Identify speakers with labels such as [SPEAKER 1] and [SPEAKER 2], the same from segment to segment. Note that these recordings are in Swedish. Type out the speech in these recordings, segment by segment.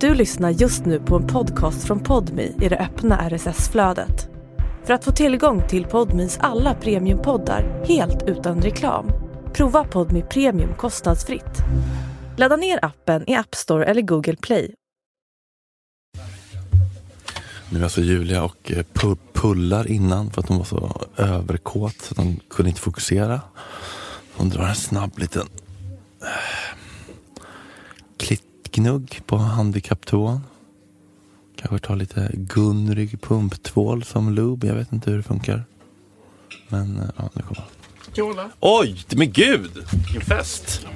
[SPEAKER 1] Du lyssnar just nu på en podcast från Podmi i det öppna RSS-flödet. För att få tillgång till Podmis alla premiumpoddar helt utan reklam, prova Podmi Premium kostnadsfritt. Ladda ner appen i App Store eller Google Play.
[SPEAKER 2] Nu är alltså Julia och eh, pu- pullar innan för att hon var så överkåt så att hon kunde inte fokusera. Hon drar en snabb liten eh, klittgnugg på handikapptoan. Kanske tar lite Gunrig pumptvål som lube. Jag vet inte hur det funkar. Men eh, ja, nu kommer han.
[SPEAKER 3] Cola.
[SPEAKER 2] Oj, men gud! Vilken fest!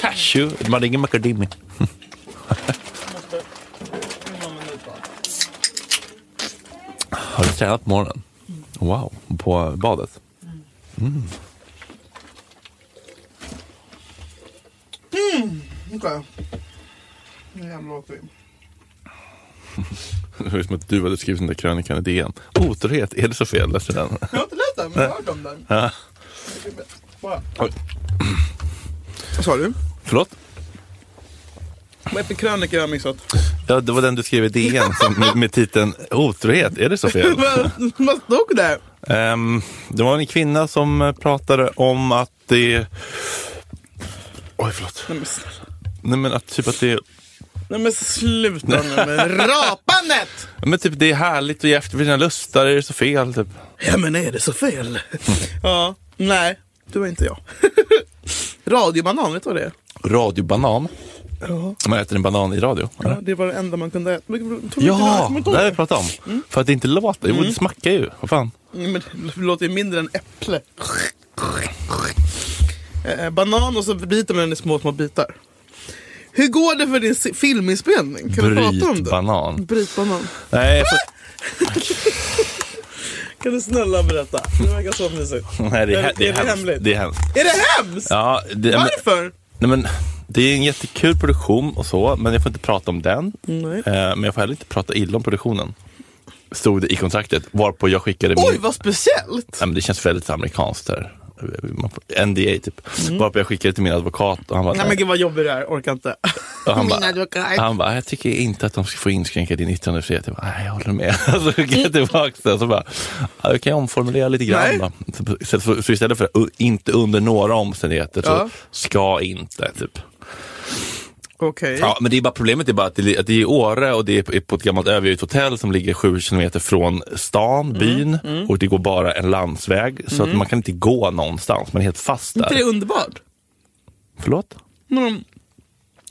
[SPEAKER 2] Cashew, man ringer Macadimi. Har du tränat på morgonen? Wow, på badet?
[SPEAKER 3] Okej. Nu jävlar åker vi.
[SPEAKER 2] Det var som att du hade skrivit den där krönikan i DN. Otrohet, är det så fel? Läste den?
[SPEAKER 3] Jag har inte läst den, men jag har hört om den.
[SPEAKER 2] Ja.
[SPEAKER 3] Bara.
[SPEAKER 2] Oj.
[SPEAKER 3] Vad sa du?
[SPEAKER 2] Förlåt?
[SPEAKER 3] Vad heter krönikan jag har missat?
[SPEAKER 2] Ja, det var den du skrev i DN som, med, med titeln Otrohet, är det så fel?
[SPEAKER 3] Vad- Vad stod det?
[SPEAKER 2] Ehm, det var en kvinna som eh, pratade om att det... Oj, förlåt.
[SPEAKER 3] Nej men, snälla.
[SPEAKER 2] Nej, men att typ att det är
[SPEAKER 3] Nej, men sluta nu med rapandet!
[SPEAKER 2] Men typ det är härligt att ge efter för sina lustar, är det så fel? Typ.
[SPEAKER 3] Ja men är det så fel? ja, nej. Du var inte jag. Radiobanan, vet du vad det är?
[SPEAKER 2] Radiobanan.
[SPEAKER 3] Ja.
[SPEAKER 2] Man äter en banan i radio.
[SPEAKER 3] ja
[SPEAKER 2] eller?
[SPEAKER 3] det var det enda man kunde äta. Men, men, tog
[SPEAKER 2] Ja,
[SPEAKER 3] inte
[SPEAKER 2] det
[SPEAKER 3] det
[SPEAKER 2] har
[SPEAKER 3] här,
[SPEAKER 2] vi pratat om. Mm. För att det inte låter.
[SPEAKER 3] Mm.
[SPEAKER 2] Jo, det smackar ju. Vad fan.
[SPEAKER 3] men, det låter ju mindre än äpple. Eh, banan och så biter man den i små, små bitar. Hur går det för din si- filminspelning? Kan du prata om det?
[SPEAKER 2] banan.
[SPEAKER 3] Bryt banan.
[SPEAKER 2] Nej, så,
[SPEAKER 3] Kan du snälla berätta? Det verkar så mysigt.
[SPEAKER 2] nej, det, är, det är hemskt.
[SPEAKER 3] hemligt?
[SPEAKER 2] Det är hemskt.
[SPEAKER 3] Är det hemskt?
[SPEAKER 2] Ja, det, men,
[SPEAKER 3] Varför?
[SPEAKER 2] nej, men, det är en jättekul produktion och så, men jag får inte prata om den.
[SPEAKER 3] Nej.
[SPEAKER 2] Eh, men jag får heller inte prata illa om produktionen. Stod det i kontraktet, varpå jag skickade min-
[SPEAKER 3] Oj, vad speciellt!
[SPEAKER 2] Nej, men det känns väldigt amerikanskt där. Eh, Man får- NDA typ. Varpå jag skickade till min advokat och han bara,
[SPEAKER 3] Mm. Nej men gud vad jobbigt det här, orkar inte.
[SPEAKER 2] och han
[SPEAKER 3] Min
[SPEAKER 2] bara,
[SPEAKER 3] advokat.
[SPEAKER 2] han bara, jag tycker inte att de ska få inskränka din yttrandefrihet. Jag bara, nej jag håller med. Så skickade jag tillbaka den. Så bara, ja, då kan jag omformulera lite grann.
[SPEAKER 3] Nej.
[SPEAKER 2] Då. Så- Så, så, så istället för "U- inte under några omständigheter så
[SPEAKER 3] Ja.
[SPEAKER 2] ska inte. Typ.
[SPEAKER 3] Okej.
[SPEAKER 2] Ja, men det är bara problemet är bara att det, att det är i Åre och det är på- är på ett gammalt övergivet hotell som ligger sju kilometer från stan,
[SPEAKER 3] Mm,
[SPEAKER 2] byn. Och det går bara en landsväg så att man kan inte gå någonstans. Man är helt fast
[SPEAKER 3] Inte Mm. det
[SPEAKER 2] där.
[SPEAKER 3] underbart?
[SPEAKER 2] Förlåt?
[SPEAKER 3] Men,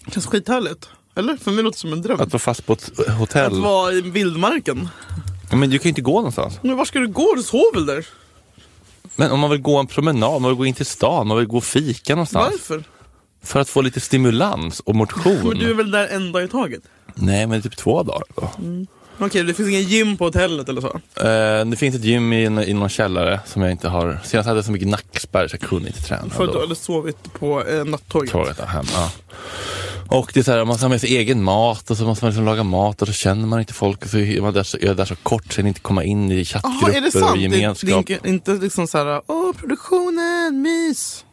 [SPEAKER 3] det känns skithärligt. Eller? För mig låter det som en dröm.
[SPEAKER 2] Att
[SPEAKER 3] Att,
[SPEAKER 2] vara fast på ett eh, hotell.
[SPEAKER 3] vara i vildmarken.
[SPEAKER 2] Men du kan ju inte gå någonstans.
[SPEAKER 3] Men var ska du gå? Du sover väl där?
[SPEAKER 2] Men om man vill gå en promenad, man vill gå in till stan, man vill gå och fika någonstans.
[SPEAKER 3] Varför?
[SPEAKER 2] För att få lite stimulans och motion.
[SPEAKER 3] Men du är väl där en dag i taget?
[SPEAKER 2] Nej, men typ två dagar då.
[SPEAKER 3] Okej, det finns ingen gym på hotellet eller så?
[SPEAKER 2] Eh, det finns ett gym i, en- i någon källare som jag inte har... Senast hade jag så mycket nackspärr så jag kunde inte träna.
[SPEAKER 3] För att du
[SPEAKER 2] då.
[SPEAKER 3] hade sovit på eh, nattåget?
[SPEAKER 2] Torget där hemma. Ja. Och det är så här, man har med sig egen mat och så måste man liksom laga mat och så känner man inte folk och så är man där så, jag är där så kort så jag inte komma in i
[SPEAKER 3] Jaha, är det
[SPEAKER 2] chattgrupper och
[SPEAKER 3] sant? Det,
[SPEAKER 2] gemenskap.
[SPEAKER 3] det är inte, inte liksom så här, åh produktionen, mys.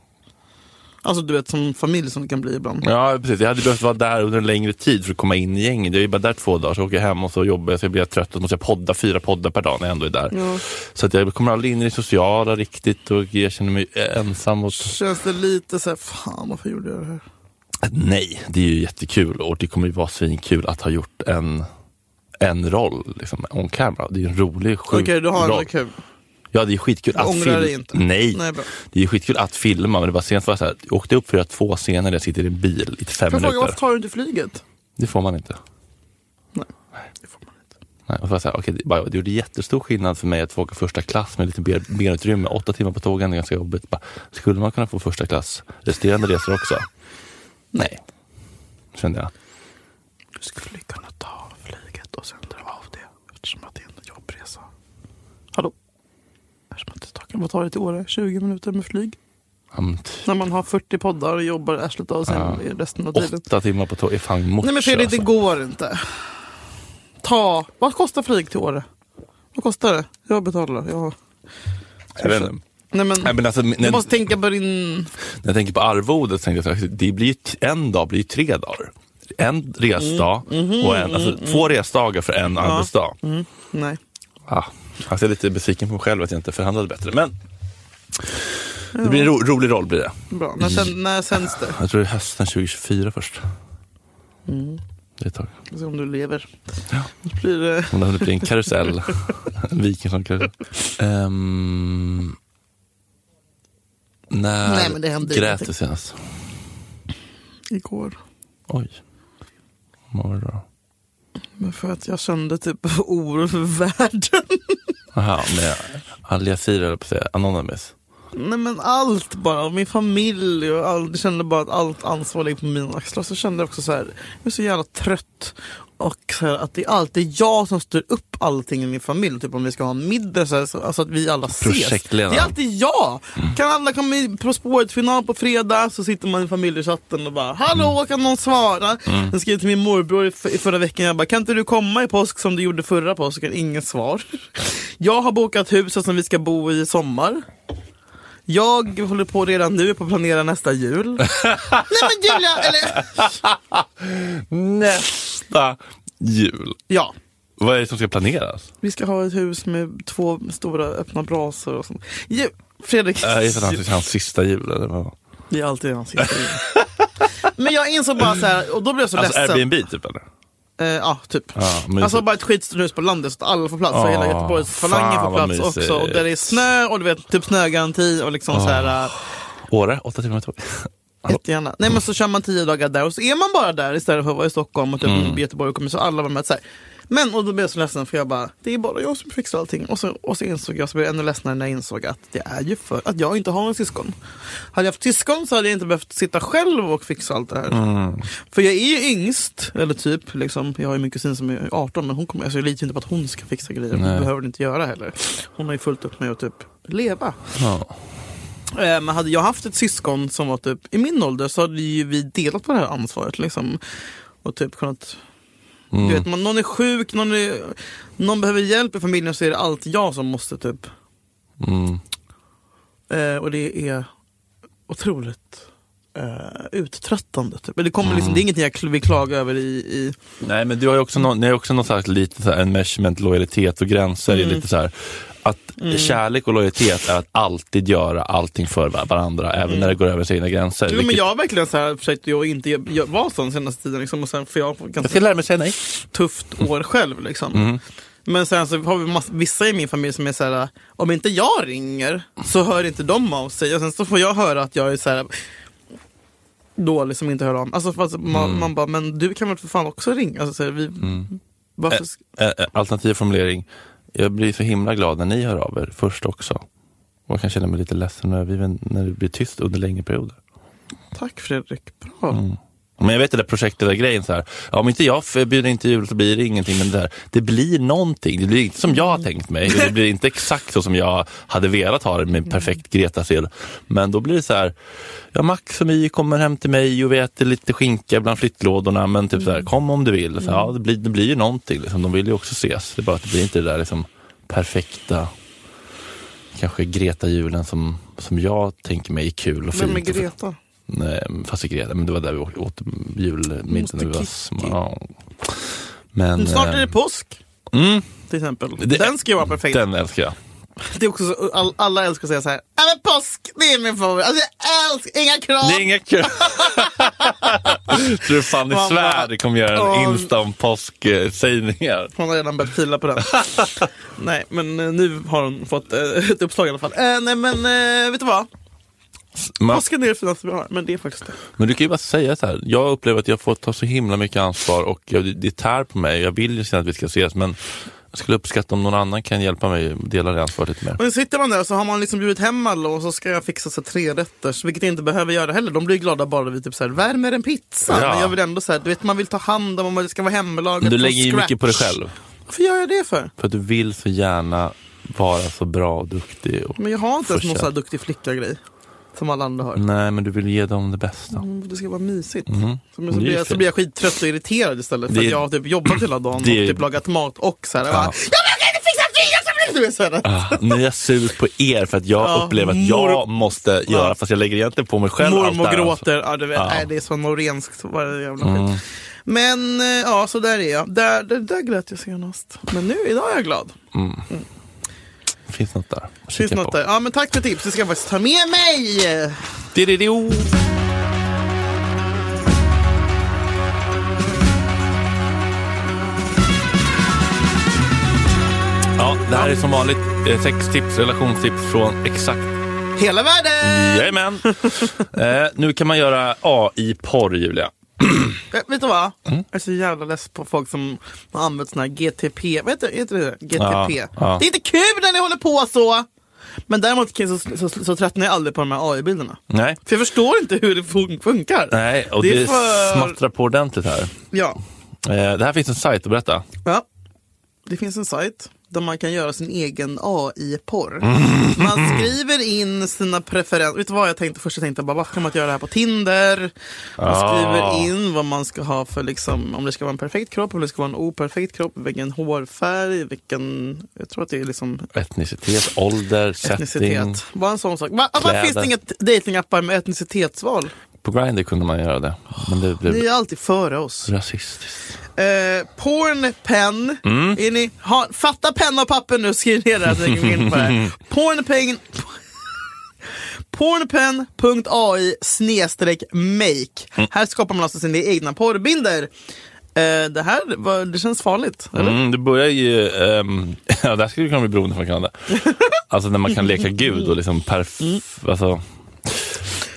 [SPEAKER 3] Alltså du vet som familj som det kan bli ibland.
[SPEAKER 2] Ja, precis. Jag hade behövt vara där under en längre tid för att komma in i gänget. Jag är bara där två dagar, så åker jag hem och så jobbar jag, så blir jag trött och så måste jag podda fyra poddar per dag när jag ändå är där. Så att jag kommer aldrig in i det sociala riktigt och jag känner mig ensam. Och...
[SPEAKER 3] Känns det lite så här, fan varför gjorde jag det här?
[SPEAKER 2] Nej, det är ju jättekul och det kommer ju vara svinkul att ha gjort en, en roll liksom, on camera. Det är ju en rolig, sjuk
[SPEAKER 3] Okej, du har
[SPEAKER 2] roll.
[SPEAKER 3] ändå kul.
[SPEAKER 2] Ja, det är skitkul att
[SPEAKER 3] ångrar
[SPEAKER 2] fil-
[SPEAKER 3] dig inte?
[SPEAKER 2] Nej.
[SPEAKER 3] Nej, bra.
[SPEAKER 2] det är skitkul att filma men det var sent var jag så här, jag åkte upp för att göra två scener där jag sitter i en bil i fem
[SPEAKER 3] Får jag
[SPEAKER 2] minuter.
[SPEAKER 3] fråga, varför tar du inte flyget?
[SPEAKER 2] Det får man inte.
[SPEAKER 3] Nej, det får man inte.
[SPEAKER 2] Nej, och så var jag så här, okej, det, bara, det gjorde jättestor skillnad för mig att få åka första klass med lite mer, mer utrymme. Åtta timmar på tågen är ganska jobbigt. Bara, skulle man kunna få första klass resterande resor också? Nej, kände jag.
[SPEAKER 3] Du skulle kunna ta flyget och sen dra av det eftersom att det är en jobbresa. Hallå? Eftersom att det tar, vad tar det till Åre? 20 minuter med flyg?
[SPEAKER 2] Ja, men t-
[SPEAKER 3] När man har 40 poddar och jobbar arslet av sig resten av tiden.
[SPEAKER 2] Åtta timmar på tåg är fan morse.
[SPEAKER 3] Nej men Fredrik, det
[SPEAKER 2] alltså.
[SPEAKER 3] går inte. Ta, vad kostar flyg till Åre? Vad kostar det? Jag betalar. Jag...
[SPEAKER 2] Jag vet inte.
[SPEAKER 3] Nej men,
[SPEAKER 2] Nej, men alltså, när,
[SPEAKER 3] du måste tänka på din...
[SPEAKER 2] alltså, när jag tänker på arvodet, så tänker jag så här, det blir ju t- en dag blir ju tre dagar. en resdag
[SPEAKER 3] Mm, mhm,
[SPEAKER 2] och en, alltså två resdagar för en arbetsdag.
[SPEAKER 3] Nej.
[SPEAKER 2] Ah, alltså jag är lite besviken på mig själv att jag inte förhandlade bättre. Men det blir en ro, rolig roll. blir det.
[SPEAKER 3] Bra. När, sen, när sänds det?
[SPEAKER 2] Jag tror det är hösten 2024 först.
[SPEAKER 3] Mm.
[SPEAKER 2] Det är ett tag.
[SPEAKER 3] Vi ser om du lever.
[SPEAKER 2] Ja.
[SPEAKER 3] Det blir det...
[SPEAKER 2] Om det hade blivit en karusell. en viking som karusell. Ehm, när
[SPEAKER 3] Nej, men det händer
[SPEAKER 2] grät
[SPEAKER 3] ingenting.
[SPEAKER 2] du senast?
[SPEAKER 3] Igår.
[SPEAKER 2] Oj. Vad var det då?
[SPEAKER 3] Men för att jag kände typ oro för världen.
[SPEAKER 2] Aha, med Al Jazeera höll på att säga. Anonymous.
[SPEAKER 3] Nej men allt bara. Min familj och allt. Jag kände bara att allt ansvar ligger på mina axlar. Så kände jag också så här. Jag är så jävla trött. Och så här, att det är alltid jag som styr upp allting i min familj. Typ om vi ska ha en middag så, här, så alltså att vi alla ses. Det
[SPEAKER 2] Projektledaren.
[SPEAKER 3] är alltid jag! Kan alla komma i På spåret-final på fredag så sitter man i familjechatten och bara Hallå kan någon svara? Jag skrev till min morbror i, f- i förra veckan, jag bara kan inte du komma i påsk som du gjorde förra påsken? Inget svar. Jag har bokat huset som vi ska bo i i sommar. Jag håller på redan nu på att planera nästa jul. Nej men Julia, eller
[SPEAKER 2] Nästa jul.
[SPEAKER 3] ja.
[SPEAKER 2] Vad är det som ska planeras?
[SPEAKER 3] Vi ska ha ett hus med två stora öppna brasor och sånt. Ju- Fredrik,
[SPEAKER 2] Äh, Är det för att hans, hans sista jul? Eller vad?
[SPEAKER 3] det är alltid hans sista jul. Men jag insåg bara så här, och då blev jag så
[SPEAKER 2] Alltså
[SPEAKER 3] ledsen.
[SPEAKER 2] Airbnb typ eller?
[SPEAKER 3] Eh, ja, typ.
[SPEAKER 2] Ja, mysigt.
[SPEAKER 3] alltså bara ett skitstort hus på landet så att alla får plats. så
[SPEAKER 2] Ah,
[SPEAKER 3] hela Göteborgs falangen
[SPEAKER 2] fan,
[SPEAKER 3] får
[SPEAKER 2] vad
[SPEAKER 3] plats
[SPEAKER 2] mysigt.
[SPEAKER 3] också. Och där det är snö och du vet, typ snögaranti och liksom så här. eh,
[SPEAKER 2] Åre, åtta timmar tåg.
[SPEAKER 3] Jättegärna. Nej men så kör man tio dagar där och så är man bara där istället för att vara i Stockholm och typ Göteborg och kommer så alla var med. Så här. Men och då blev jag så ledsen för jag bara, det är bara jag som fixar allting. Och så, och så insåg jag, så blev jag ännu ledsnare när jag insåg att det är ju för att jag inte har en syskon. Hade jag haft syskon så hade jag inte behövt sitta själv och fixa allt det
[SPEAKER 2] Mm.
[SPEAKER 3] här. För jag är ju yngst, eller typ, liksom, jag har ju min kusin som är 18 men hon kommer, alltså, jag litar ju inte på att hon ska fixa grejer. Hon
[SPEAKER 2] Nej.
[SPEAKER 3] behöver det inte göra heller. Hon har ju fullt upp med att typ leva.
[SPEAKER 2] Ja.
[SPEAKER 3] Eh, Men hade jag haft ett syskon som var typ i min ålder så hade ju vi delat på det här ansvaret. Liksom. Och typ kunnat,
[SPEAKER 2] Mm.
[SPEAKER 3] du vet, man, någon är sjuk, någon, är, någon behöver hjälp i familjen så är det alltid jag som måste. typ.
[SPEAKER 2] Mm.
[SPEAKER 3] Eh, och det är otroligt eh, uttröttande. Typ. Men det, kommer
[SPEAKER 2] Mm.
[SPEAKER 3] liksom, det är ingenting jag kl- vill klaga över i... i
[SPEAKER 2] Nej, men du har ju också någon, ni har ju också någon slags lite så här, en measurement, lojalitet och gränser.
[SPEAKER 3] Mm.
[SPEAKER 2] Är lite så här, att kärlek och lojalitet är att alltid göra allting för var- varandra, även när det går över sina gränser.
[SPEAKER 3] Mm. jo, men
[SPEAKER 2] vilket-
[SPEAKER 3] jag har verkligen så här, försökt att inte ge- jag- vara sån senaste tiden. Liksom, och sen, för jag har
[SPEAKER 2] jag
[SPEAKER 3] ganska
[SPEAKER 2] ska lära mig säga nej.
[SPEAKER 3] tufft år själv. Liksom.
[SPEAKER 2] Mm.
[SPEAKER 3] Men sen så har vi mass- vissa i min familj som är så här, om inte jag ringer så hör inte de av sig. Och sen så får jag höra att jag är så här dålig som inte hör av alltså, fast man,
[SPEAKER 2] Mm.
[SPEAKER 3] man bara, men du kan väl för fan också ringa? Alltså, så här, vi, varför, sk-
[SPEAKER 2] Eh, eh, Mm. Alternativ formulering. Jag blir så himla glad när ni hör av er först också. Och jag kan känna mig lite ledsen och övergiven när det blir tyst under längre perioder.
[SPEAKER 3] Tack Fredrik, bra.
[SPEAKER 2] Mm, Men jag vet det där projektet, där grejen så här. Ja, om inte jag f- bjuder in till jul så blir det ingenting. Men det, där, det blir någonting. Det blir inte som jag har tänkt mig. Det blir inte exakt så som jag hade velat ha det med perfekt Greta-sed. Men då blir det så här. Ja, Max och My kommer hem till mig och vi äter lite skinka bland flyttlådorna. Men typ så här, kom om du vill. Så, ja, det, blir, det blir ju någonting. Liksom. De vill ju också ses. Det är bara att det blir inte det där liksom, perfekta kanske Greta-julen som, som jag tänker mig är kul och fint.
[SPEAKER 3] Vem är
[SPEAKER 2] och så-
[SPEAKER 3] Greta?
[SPEAKER 2] Nej, fast i Greta, men det var där vi åt, åt julmiddag
[SPEAKER 3] Moster
[SPEAKER 2] när vi var
[SPEAKER 3] Kicki.
[SPEAKER 2] små. Ja. Men,
[SPEAKER 3] Snart är det
[SPEAKER 2] eh,
[SPEAKER 3] påsk
[SPEAKER 2] mm,
[SPEAKER 3] till exempel.
[SPEAKER 2] Det-
[SPEAKER 3] den ska ju vara perfekt.
[SPEAKER 2] den älskar jag.
[SPEAKER 3] Det är också så, all, alla älskar att säga så här, "Ja, men påsk, det är min favorit. Alltså, jag älskar, inga krav.
[SPEAKER 2] Det är inga kul. Tror du Fanny
[SPEAKER 3] Mamma.
[SPEAKER 2] Svärd kommer göra en
[SPEAKER 3] Åh.
[SPEAKER 2] Insta om påsksägningar?
[SPEAKER 3] Hon har redan börjat fila på den. nej, men eh, nu har hon fått eh, ett uppslag i alla fall. Eh, nej, men eh, vet du vad?
[SPEAKER 2] Man,
[SPEAKER 3] Påsken är det finaste vi har, men det är faktiskt det.
[SPEAKER 2] men du kan ju bara säga så här. Jag upplever att jag får ta så himla mycket ansvar och jag, det- det tär på mig. Jag vill ju sen att vi ska ses, men jag skulle uppskatta om någon annan kan hjälpa mig dela det ansvaret lite mer.
[SPEAKER 3] Och nu sitter man där och så har man liksom bjudit hem alla och så ska jag fixa så här tre rätter, vilket jag inte behöver göra heller. De blir glada bara vi typ så här, värmer en pizza.
[SPEAKER 2] Ja.
[SPEAKER 3] Men jag vill ändå så här, du vet man vill ta hand om, det ska vara hemlagat
[SPEAKER 2] Men du
[SPEAKER 3] från
[SPEAKER 2] lägger ju
[SPEAKER 3] scratch.
[SPEAKER 2] mycket på dig själv.
[SPEAKER 3] Varför gör jag det för?
[SPEAKER 2] För att du vill så gärna vara så bra och duktig. Och...
[SPEAKER 3] Men jag har inte ens någon
[SPEAKER 2] Fortsätt.
[SPEAKER 3] så här duktig flicka-grej. Som alla andra har.
[SPEAKER 2] Nej, men du vill ge dem det bästa.
[SPEAKER 3] Mm, Det ska vara mysigt. Så, men
[SPEAKER 2] Mhm. Det
[SPEAKER 3] så,
[SPEAKER 2] är
[SPEAKER 3] blir jag,
[SPEAKER 2] fint.
[SPEAKER 3] så blir jag skittrött och irriterad istället för
[SPEAKER 2] Det-
[SPEAKER 3] att jag har typ jobbat hela dagen
[SPEAKER 2] det-
[SPEAKER 3] och typ lagat mat och så här.
[SPEAKER 2] Ja.
[SPEAKER 3] Bara, jag kan inte fixa fyra som du vet såhär.
[SPEAKER 2] Ah, nu är jag sur på er för att jag
[SPEAKER 3] Ja,
[SPEAKER 2] upplever att
[SPEAKER 3] mor-
[SPEAKER 2] jag måste göra, fast jag lägger egentligen på mig själv allt det
[SPEAKER 3] Mormor
[SPEAKER 2] här. alltså.
[SPEAKER 3] gråter. Ja, du vet.
[SPEAKER 2] Ja. Mm.
[SPEAKER 3] Nej, det är så norenskt. Var det jävla skit. Men eh, ja, så där är jag. Där, där, där grät jag senast. Men nu, idag är jag glad.
[SPEAKER 2] Det finns något där. att
[SPEAKER 3] Finns
[SPEAKER 2] kika
[SPEAKER 3] något
[SPEAKER 2] på.
[SPEAKER 3] där. Ja, men tack för tips. Det ska jag faktiskt ta med mig. eh,
[SPEAKER 2] Dididio. Ja, det här är som vanligt eh, sextips, relationstips från exakt
[SPEAKER 3] Hela världen!
[SPEAKER 2] Jajamän! eh, nu kan man göra AI-porr, Julia.
[SPEAKER 3] Eh, Vet du vad?
[SPEAKER 2] Mm.
[SPEAKER 3] Jag är så jävla less på folk som har använt såna här GTP. Vad heter, heter det? GTP.
[SPEAKER 2] Ja, ja.
[SPEAKER 3] Det är inte kul när ni håller på så! Men däremot kan jag- så, så, så, så tröttnar jag aldrig på de här AI-bilderna.
[SPEAKER 2] Nej.
[SPEAKER 3] För jag förstår inte hur det fun- funkar.
[SPEAKER 2] Nej, och
[SPEAKER 3] Det
[SPEAKER 2] det,
[SPEAKER 3] är för-
[SPEAKER 2] smattrar på ordentligt här.
[SPEAKER 3] Ja.
[SPEAKER 2] Eh, det här finns en sajt att berätta.
[SPEAKER 3] ja. Det finns en sajt där man kan göra sin egen AI-porr. Man skriver in sina preferenser. Vet du vad jag tänkte först? Jag tänkte bara, varför kan man inte göra det här på Tinder? Man
[SPEAKER 2] Ah.
[SPEAKER 3] skriver in vad man ska ha för, liksom, om det ska vara en perfekt kropp, om det ska vara en operfekt kropp, vilken hårfärg, vilken, jag tror att det är liksom
[SPEAKER 2] Etnicitet, ålder, setting.
[SPEAKER 3] etnicitet. Bara en sån sak. Va, varför
[SPEAKER 2] Kläder.
[SPEAKER 3] finns det inget datingappar med etnicitetsval?
[SPEAKER 2] På Grindr kunde man göra det, men det blev
[SPEAKER 3] Ni är alltid före oss.
[SPEAKER 2] rasistiskt.
[SPEAKER 3] Eh, porn, pen.
[SPEAKER 2] Mm.
[SPEAKER 3] Är ni, ha, fatta penna och papper nu och skriv ner det här så ni kan gå in på det här. Pornpen. Pornpen.ai snedstreck make.
[SPEAKER 2] Mm.
[SPEAKER 3] Här skapar man alltså sina egna porrbilder. Eh, det här var, det känns farligt. Eller?
[SPEAKER 2] Mm, det börjar ju... ehm, ja, där skulle det kunna bli beroende från Kanada. Alltså när man kan leka gud och liksom perf...
[SPEAKER 3] Mm.
[SPEAKER 2] Alltså,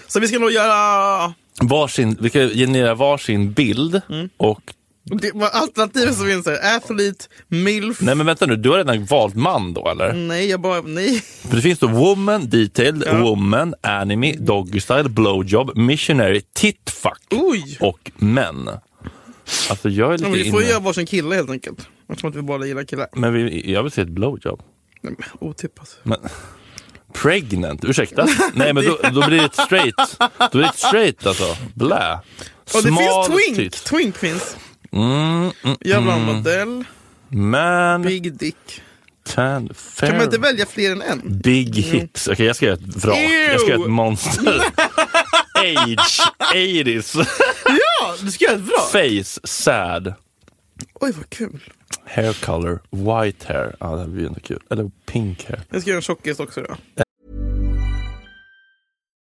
[SPEAKER 3] Så vi ska nog göra
[SPEAKER 2] varsin, vi kan generera varsin bild
[SPEAKER 3] Mm.
[SPEAKER 2] och...
[SPEAKER 3] det, var alternativen som finns här. Athlete, milf. Nej,
[SPEAKER 2] Nej men vänta nu, du har redan valt man då eller?
[SPEAKER 3] jag bara, nej.
[SPEAKER 2] För det finns då woman, detailed,
[SPEAKER 3] Mm. Ja.
[SPEAKER 2] woman, anime, doggy style, blowjob, missionary, titfuck
[SPEAKER 3] Oj.
[SPEAKER 2] och män. Alltså jag är
[SPEAKER 3] Men
[SPEAKER 2] lite
[SPEAKER 3] vi får
[SPEAKER 2] inne.
[SPEAKER 3] ju göra varsin kille helt enkelt. Jag tror att vi båda gillar killar.
[SPEAKER 2] Men vi, jag vill se ett blowjob.
[SPEAKER 3] Nej, men Otippat.
[SPEAKER 2] Men, pregnant, ursäkta? Nej men då, då blir det ett straight. Då blir det ett straight alltså. Blä.
[SPEAKER 3] Och det
[SPEAKER 2] Smal
[SPEAKER 3] finns twink.
[SPEAKER 2] tit.
[SPEAKER 3] Twink finns.
[SPEAKER 2] Mm, mm,
[SPEAKER 3] Jävla modell.
[SPEAKER 2] man,
[SPEAKER 3] Big dick.
[SPEAKER 2] tan, fair.
[SPEAKER 3] Kan man inte välja fler än en?
[SPEAKER 2] Big hips. Okej jag ska göra ett vrak. Jag ska göra ett
[SPEAKER 3] Ew.
[SPEAKER 2] monster. Age, 80s,
[SPEAKER 3] Ja, du ska göra ett bra.
[SPEAKER 2] face, sad.
[SPEAKER 3] Oj, vad kul.
[SPEAKER 2] Hair color, white hair. Ja, det här blir ju ändå kul. Eller pink hair.
[SPEAKER 3] Jag ska göra en tjockis också då.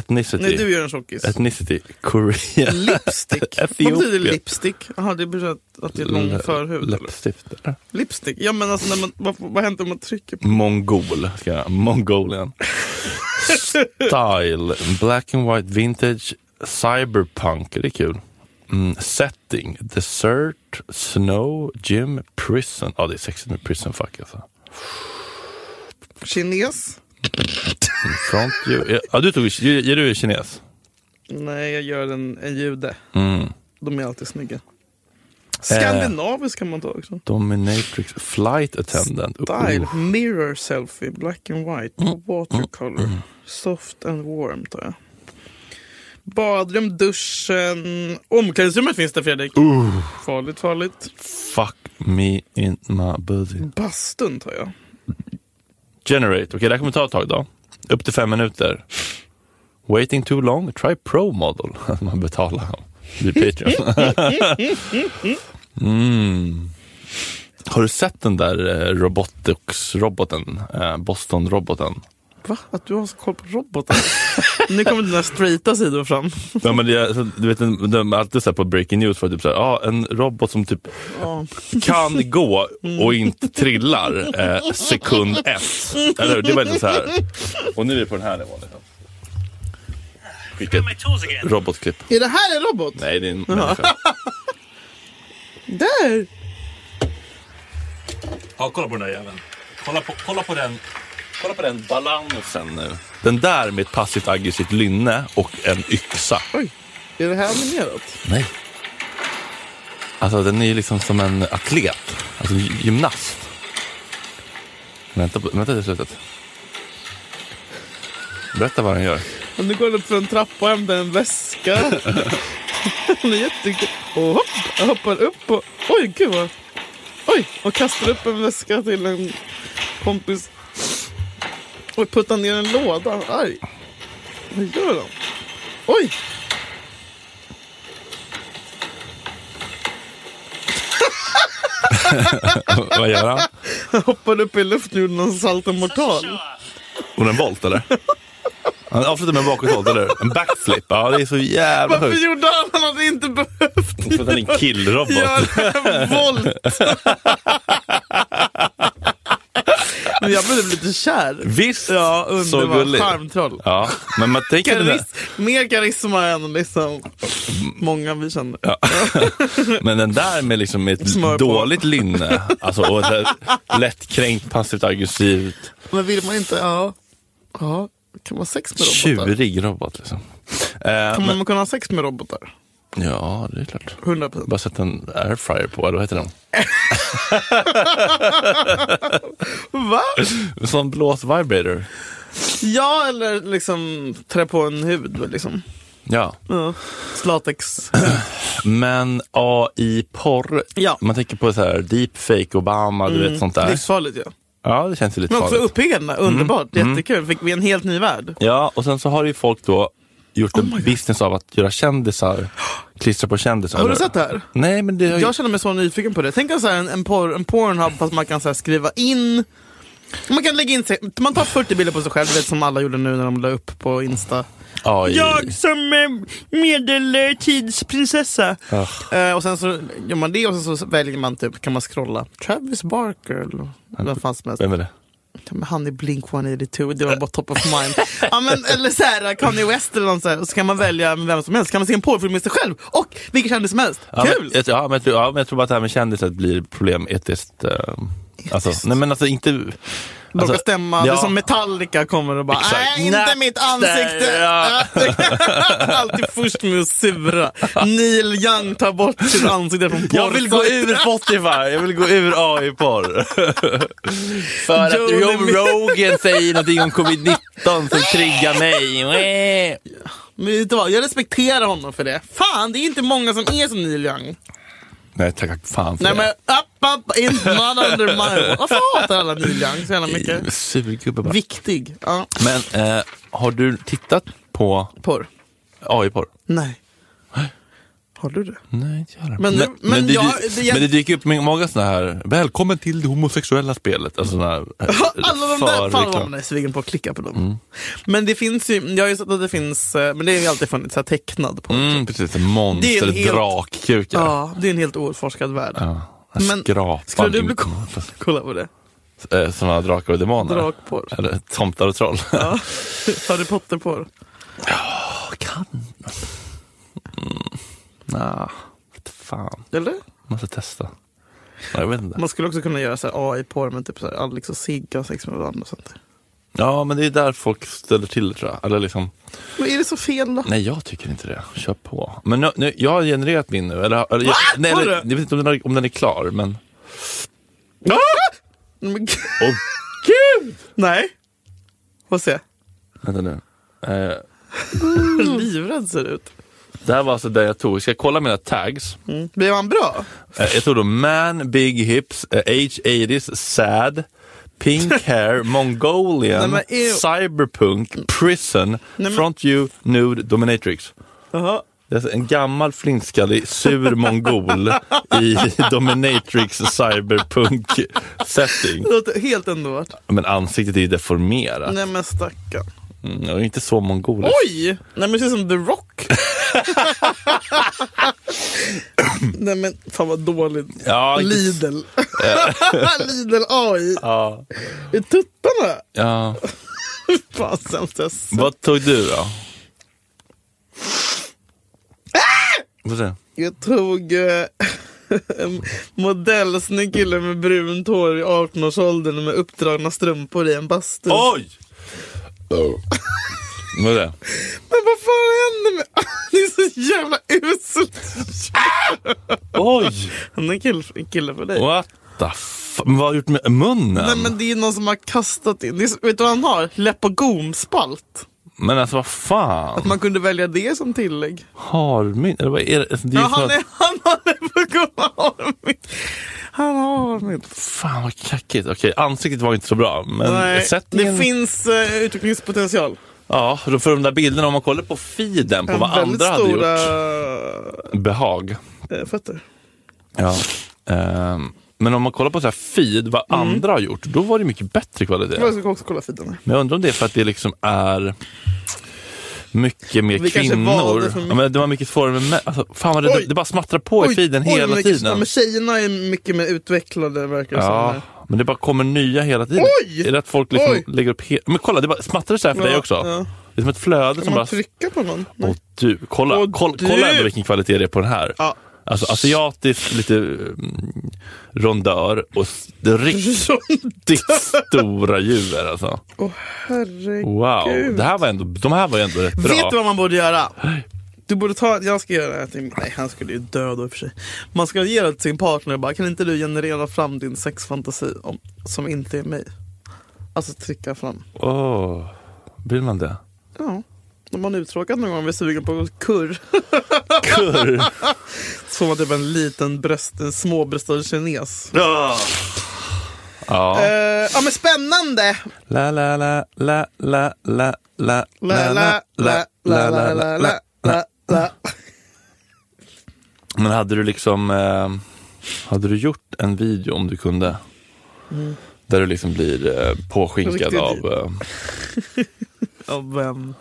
[SPEAKER 2] Ethnicity.
[SPEAKER 3] Nej, du gör en tjockis.
[SPEAKER 2] Ethnicity. Korea.
[SPEAKER 3] Lipstick. Vad
[SPEAKER 2] Etiopien.
[SPEAKER 3] betyder lipstick? Jaha, det betyder att, att det är lång förhud. eller?
[SPEAKER 2] Läppstift. eller?
[SPEAKER 3] Lipstick? Ja, men alltså, när man, vad, vad händer om man trycker på
[SPEAKER 2] Mongol. Ska jag göra. Mongolian. Style. Black and white vintage. Cyberpunk. Det är kul. Mm, setting. Dessert. Snow. Gym. Prison. Ja, det är sexigt med prison fuck alltså.
[SPEAKER 3] kines?
[SPEAKER 2] Front view. Ja, du tog... Är du kines?
[SPEAKER 3] Nej, jag gör en, en jude. De är alltid snygga. Eh. Skandinavisk kan man ta också.
[SPEAKER 2] Dominatrix. Flight attendant.
[SPEAKER 3] Style,
[SPEAKER 2] Oh.
[SPEAKER 3] mirror selfie, black and white, watercolor, soft and warm tar jag. Badrum, duschen, omklädningsrummet finns det Fredrik. Farligt, farligt.
[SPEAKER 2] Fuck me in my body.
[SPEAKER 3] Bastun tar jag.
[SPEAKER 2] Generate. Okej, det här kommer ta ett tag då. Upp till fem minuter. Waiting too long, try pro model. Man betalar. Bli Patreon. mm. Har du sett den där eh, Robotics-roboten? Eh, Boston-roboten?
[SPEAKER 3] Va? Att du har så koll på robotar? nu kommer dina straighta sidor fram.
[SPEAKER 2] Ja, men det, är- så, du vet, de- de är alltid så här på breaking news för typ så här, ah, en robot som typ
[SPEAKER 3] Ja.
[SPEAKER 2] kan gå och inte trillar eh, sekund ett. Eller hur? Det var inte så här. Och nu är vi på den här nivån. Liksom. Vilket robotklipp.
[SPEAKER 3] Är det här en robot?
[SPEAKER 2] Nej, det är en människa.
[SPEAKER 3] Där!
[SPEAKER 2] Ja, kolla på den där jäveln. Kolla på, kolla på den. Kolla på den balansen nu. Den där med ett passivt aggressivt lynne och en yxa.
[SPEAKER 3] Oj. Är det här animerat?
[SPEAKER 2] Nej. Alltså den är ju liksom som en atlet. Alltså gy- gymnast. Vänta, på- vänta till slutet. Berätta vad den gör.
[SPEAKER 3] Men nu går han upp för en trappa och hämtar en väska. Han är jättekul. Och hopp, han hoppar upp och... Oj, gud vad... Oj! Och kastar upp en väska till en kompis. Och puttar ner en låda. Han är arg. Vad gör han? Oj!
[SPEAKER 2] vad gör han?
[SPEAKER 3] Han hoppade upp i luften och gjorde någon saltomortal.
[SPEAKER 2] Hon en volt eller? Han avslutar med en bakåtvolt eller hur? En backflip. Ja det är så jävla
[SPEAKER 3] Varför
[SPEAKER 2] sjukt.
[SPEAKER 3] gjorde han? Han hade inte behövt
[SPEAKER 2] För att han är en killrobot.
[SPEAKER 3] göra en volt. Men jag blev lite kär.
[SPEAKER 2] Visst?
[SPEAKER 3] Ja,
[SPEAKER 2] så
[SPEAKER 3] underbart.
[SPEAKER 2] gulligt.
[SPEAKER 3] Charmtroll.
[SPEAKER 2] Ja, men man tänker den där,
[SPEAKER 3] Karis, mer karisma än liksom många vi känner. Ja.
[SPEAKER 2] men den där med liksom ett
[SPEAKER 3] Smör på.
[SPEAKER 2] dåligt lynne. Alltså, och ett så här lättkränkt, passivt aggressivt.
[SPEAKER 3] Men vill man inte, ja. ja. Kan man ha sex med robotar?
[SPEAKER 2] Tjurig robot liksom. Eh,
[SPEAKER 3] Kommer
[SPEAKER 2] men,
[SPEAKER 3] man kunna ha sex med robotar?
[SPEAKER 2] ja, det är klart.
[SPEAKER 3] 100
[SPEAKER 2] Bara sätta en airfryer på, eller vad heter den?
[SPEAKER 3] Va?
[SPEAKER 2] Sån blås vibrator.
[SPEAKER 3] Ja, eller liksom trä på en hud. Liksom.
[SPEAKER 2] Ja.
[SPEAKER 3] Ja. Slatex.
[SPEAKER 2] Men AI-porr.
[SPEAKER 3] Ja.
[SPEAKER 2] Man tänker på så här deepfake, Obama, du vet sånt där.
[SPEAKER 3] Livsfarligt ju. Ja.
[SPEAKER 2] Ja, det känns ju lite
[SPEAKER 3] Mm. Men också
[SPEAKER 2] farligt. Mm.
[SPEAKER 3] uppiggande, underbart, jättekul. Fick vi en helt ny värld.
[SPEAKER 2] Ja, och sen så har ju folk då
[SPEAKER 3] Oh
[SPEAKER 2] gjort en business av att göra kändisar, klistra på kändisar.
[SPEAKER 3] Har du
[SPEAKER 2] Eller-
[SPEAKER 3] sett det här?
[SPEAKER 2] Nej, men det har ju...
[SPEAKER 3] Jag känner mig så nyfiken på det. Tänk en, så här, en, en, porr, en pornhub fast man kan så här, skriva in man kan lägga in sig, man tar 40 bilder på sig själv, du vet, som alla gjorde nu när de la upp på Insta.
[SPEAKER 2] AI.
[SPEAKER 3] Jag som eh, medeltidsprinsessa.
[SPEAKER 2] Ah.
[SPEAKER 3] Eh, och sen så gör man det och sen så väljer man typ, kan man scrolla, Travis Barker eller vem fan som helst.
[SPEAKER 2] Vem är det?
[SPEAKER 3] Ja, men han är Blink 182, det var bara top of mind. ja, men, eller så här, Kanye West eller någon så här. Och så kan man välja med vem som helst. Kan man se en porrfilm med sig själv och vilken kändis som helst.
[SPEAKER 2] Ja,
[SPEAKER 3] Kul!
[SPEAKER 2] Men, jag, ja, men jag tror, ja, men jag tror bara att det här med kändisar blir ett problem etiskt. eh, Alltså, nej men alltså inte...
[SPEAKER 3] De ska stämma, det är
[SPEAKER 2] Alltså, ja.
[SPEAKER 3] som Metallica kommer och bara
[SPEAKER 2] Exakt.
[SPEAKER 3] Nej, inte
[SPEAKER 2] Nej,
[SPEAKER 3] mitt ansikte!
[SPEAKER 2] där, ja.
[SPEAKER 3] Alltid först med att sura. Neil Young tar bort sitt ansikte från
[SPEAKER 2] Jag vill gå
[SPEAKER 3] porrsajten.
[SPEAKER 2] ur Spotify, jag vill gå ur AI-porr. För att
[SPEAKER 3] Joe
[SPEAKER 2] Joe
[SPEAKER 3] Lemmy.
[SPEAKER 2] Rogan säger någonting om covid-19 som triggar mig.
[SPEAKER 3] Men vet du vad, jag respekterar honom för det. Fan, det är inte många som är som Neil Young.
[SPEAKER 2] Nej tack fan för
[SPEAKER 3] Nej men up, up, in, not under my watch. Varför hatar alla Neil Young så jävla mycket?
[SPEAKER 2] det. Surgubbe bara.
[SPEAKER 3] Viktig. Ja.
[SPEAKER 2] Men eh, har du tittat på
[SPEAKER 3] Porr?
[SPEAKER 2] AI-porr?
[SPEAKER 3] Nej. Har du det?
[SPEAKER 2] Nej, inte jag heller.
[SPEAKER 3] Men-
[SPEAKER 2] men,
[SPEAKER 3] men
[SPEAKER 2] det,
[SPEAKER 3] jag- det- jag-
[SPEAKER 2] men det dyker upp många sådana här, välkommen till det homosexuella spelet. Alltså såna här, eh,
[SPEAKER 3] Alla de där, fan vad
[SPEAKER 2] förreklam.
[SPEAKER 3] man är sugen på att klicka på dem. Men det finns ju, jag har ju sett att det finns, eh, men det har ju alltid funnits så här tecknad på.
[SPEAKER 2] Mm, precis.
[SPEAKER 3] Det är
[SPEAKER 2] Monster,
[SPEAKER 3] en helt-
[SPEAKER 2] drakkukar.
[SPEAKER 3] Ja, det är en helt outforskad värld. Men
[SPEAKER 2] Skrapan
[SPEAKER 3] skulle du bli
[SPEAKER 2] in-
[SPEAKER 3] cool? Kolla på det.
[SPEAKER 2] Eh, Såna drakar och demoner.
[SPEAKER 3] Drakporr.
[SPEAKER 2] Eller tomtar och troll.
[SPEAKER 3] Ja. Harry Potter-porr.
[SPEAKER 2] kan. Mm. Nah, vet fan.
[SPEAKER 3] Eller?
[SPEAKER 2] Måste testa. Nej, jag vet inte.
[SPEAKER 3] Man skulle också kunna göra så här AI-porr med typ så här Alex och Sigge har sex med varandra och sånt där.
[SPEAKER 2] Ja, men det är där folk ställer till det, tror jag. Eller liksom,
[SPEAKER 3] Men är det så fel då?
[SPEAKER 2] nej, jag tycker inte det. Kör på. Men nu, nu, jag har genererat min nu. Eller, eller, jag, nej,
[SPEAKER 3] Har
[SPEAKER 2] eller,
[SPEAKER 3] du?
[SPEAKER 2] jag vet inte om den, är, om den är klar, men...
[SPEAKER 3] Ah! Men gud.
[SPEAKER 2] Åh,
[SPEAKER 3] Gud! Nej. Får se.
[SPEAKER 2] vänta nu. Eh,
[SPEAKER 3] Hur livrädd ser det ut.
[SPEAKER 2] det här var alltså det jag tog. Ska jag kolla mina tags?
[SPEAKER 3] Mm. Blev han bra?
[SPEAKER 2] Eh, Jag tror då Man, Big Hips, eh, Age 80s, Sad, Pink Hair, Mongolian,
[SPEAKER 3] Nej, men ew.
[SPEAKER 2] Cyberpunk, Prison,
[SPEAKER 3] men-
[SPEAKER 2] Front You, Nude, Dominatrix.
[SPEAKER 3] Jaha.
[SPEAKER 2] Det är alltså en gammal flintskallig sur mongol i dominatrix cyberpunk setting.
[SPEAKER 3] Det låter helt underbart.
[SPEAKER 2] Men ansiktet är ju deformerat.
[SPEAKER 3] Nej men stackarn.
[SPEAKER 2] Mm, jag är inte så mongoliskt.
[SPEAKER 3] Oj! Nej men det ser ut som The Rock. Nej men fan vad dåligt.
[SPEAKER 2] Ja, inte-
[SPEAKER 3] Lidl. Lidl AI.
[SPEAKER 2] Ja,
[SPEAKER 3] I tuttarna.
[SPEAKER 2] ja.
[SPEAKER 3] Fan sämst jag sett.
[SPEAKER 2] Vad tog du då?
[SPEAKER 3] Ah!
[SPEAKER 2] Vad säger
[SPEAKER 3] Jag tog eh, en modellsnygg kille med brunt hår i 18-årsåldern och med uppdragna strumpor i en bastu.
[SPEAKER 2] Oj! Vad är det?
[SPEAKER 3] Men vad fan händer med... Det är så jävla uselt.
[SPEAKER 2] Oj!
[SPEAKER 3] Han är en kille, en kille för dig.
[SPEAKER 2] What the f- Men Vad har du gjort med munnen?
[SPEAKER 3] Nej
[SPEAKER 2] men...
[SPEAKER 3] men det är någon som har kastat in, det är, så- vet du vad han har? Läppagomspalt.
[SPEAKER 2] alltså vad fan?
[SPEAKER 3] Man kunde välja det som tillägg.
[SPEAKER 2] Harmynt? Eller vad är det? Alltså, det är
[SPEAKER 3] Ja,
[SPEAKER 2] ju som
[SPEAKER 3] han,
[SPEAKER 2] att-
[SPEAKER 3] är, han har läppagom, han har mitt. Han har mitt.
[SPEAKER 2] Fan vad kackigt. Okej, ansiktet var inte så bra. Men
[SPEAKER 3] Nej,
[SPEAKER 2] sättningen...
[SPEAKER 3] det finns eh, utvecklingspotential.
[SPEAKER 2] Ja, då för de där bilderna, om man kollar på feeden på
[SPEAKER 3] En
[SPEAKER 2] vad
[SPEAKER 3] väldigt
[SPEAKER 2] andra hade
[SPEAKER 3] stora
[SPEAKER 2] gjort. Behag.
[SPEAKER 3] eh, fötter.
[SPEAKER 2] Ja. Ehm, men om man kollar på så här feed, vad
[SPEAKER 3] Mm.
[SPEAKER 2] andra har gjort, då var det mycket bättre kvalitet.
[SPEAKER 3] Jag ska också kolla feeden här.
[SPEAKER 2] Men jag undrar om det är för att det liksom är mycket mer
[SPEAKER 3] Vi kanske
[SPEAKER 2] kvinnor.
[SPEAKER 3] valde för mycket.
[SPEAKER 2] Ja, men det var mycket svårare med män. Alltså, fan vad det,
[SPEAKER 3] Oj.
[SPEAKER 2] det bara smattrar på i feeden
[SPEAKER 3] oj,
[SPEAKER 2] hela
[SPEAKER 3] men det- ja,
[SPEAKER 2] tiden.
[SPEAKER 3] Men tjejerna är mycket mer utvecklade verkar det som.
[SPEAKER 2] Ja,
[SPEAKER 3] här.
[SPEAKER 2] men det bara kommer nya hela tiden.
[SPEAKER 3] Oj!
[SPEAKER 2] Är det att folk liksom
[SPEAKER 3] Oj!
[SPEAKER 2] lägger upp he- Men kolla, det bara smattrar så här för
[SPEAKER 3] Ja,
[SPEAKER 2] dig också.
[SPEAKER 3] ja.
[SPEAKER 2] Det är som ett flöde
[SPEAKER 3] Kan
[SPEAKER 2] som
[SPEAKER 3] man
[SPEAKER 2] bara...
[SPEAKER 3] trycka på någon? Nej.
[SPEAKER 2] Och du, kolla,
[SPEAKER 3] Åh,
[SPEAKER 2] kolla,
[SPEAKER 3] du!
[SPEAKER 2] kolla ändå vilken kvalitet det är på den här.
[SPEAKER 3] Ja.
[SPEAKER 2] Alltså asiatisk, lite mm, rondör och s- det riktigt stora djur alltså.
[SPEAKER 3] Åh herregud.
[SPEAKER 2] Wow, det här var ändå, de här var ju ändå rätt bra.
[SPEAKER 3] Vet du vad man borde göra? Du borde ta, jag ska göra det här till, nej han skulle ju dö då i och för sig. Man ska ge det till sin partner och bara, kan inte du generera fram din sexfantasi om, som inte är mig? Alltså trycka fram.
[SPEAKER 2] Åh, vill man det?
[SPEAKER 3] Ja, om man är uttråkad någon gång och är sugen på kurr.
[SPEAKER 2] Kurr!
[SPEAKER 3] Som att typ en liten bröst, en småbröstad kines.
[SPEAKER 2] Ja.
[SPEAKER 3] Ja. ja men spännande!
[SPEAKER 2] La la la la la la la
[SPEAKER 3] La la la la la la la la la.
[SPEAKER 2] Men hade du liksom, eh, hade du gjort en video om du kunde? Där du liksom blir eh, påskinkad
[SPEAKER 3] Mm. Riktigt.
[SPEAKER 2] av... Eh,
[SPEAKER 3] Ja, vem?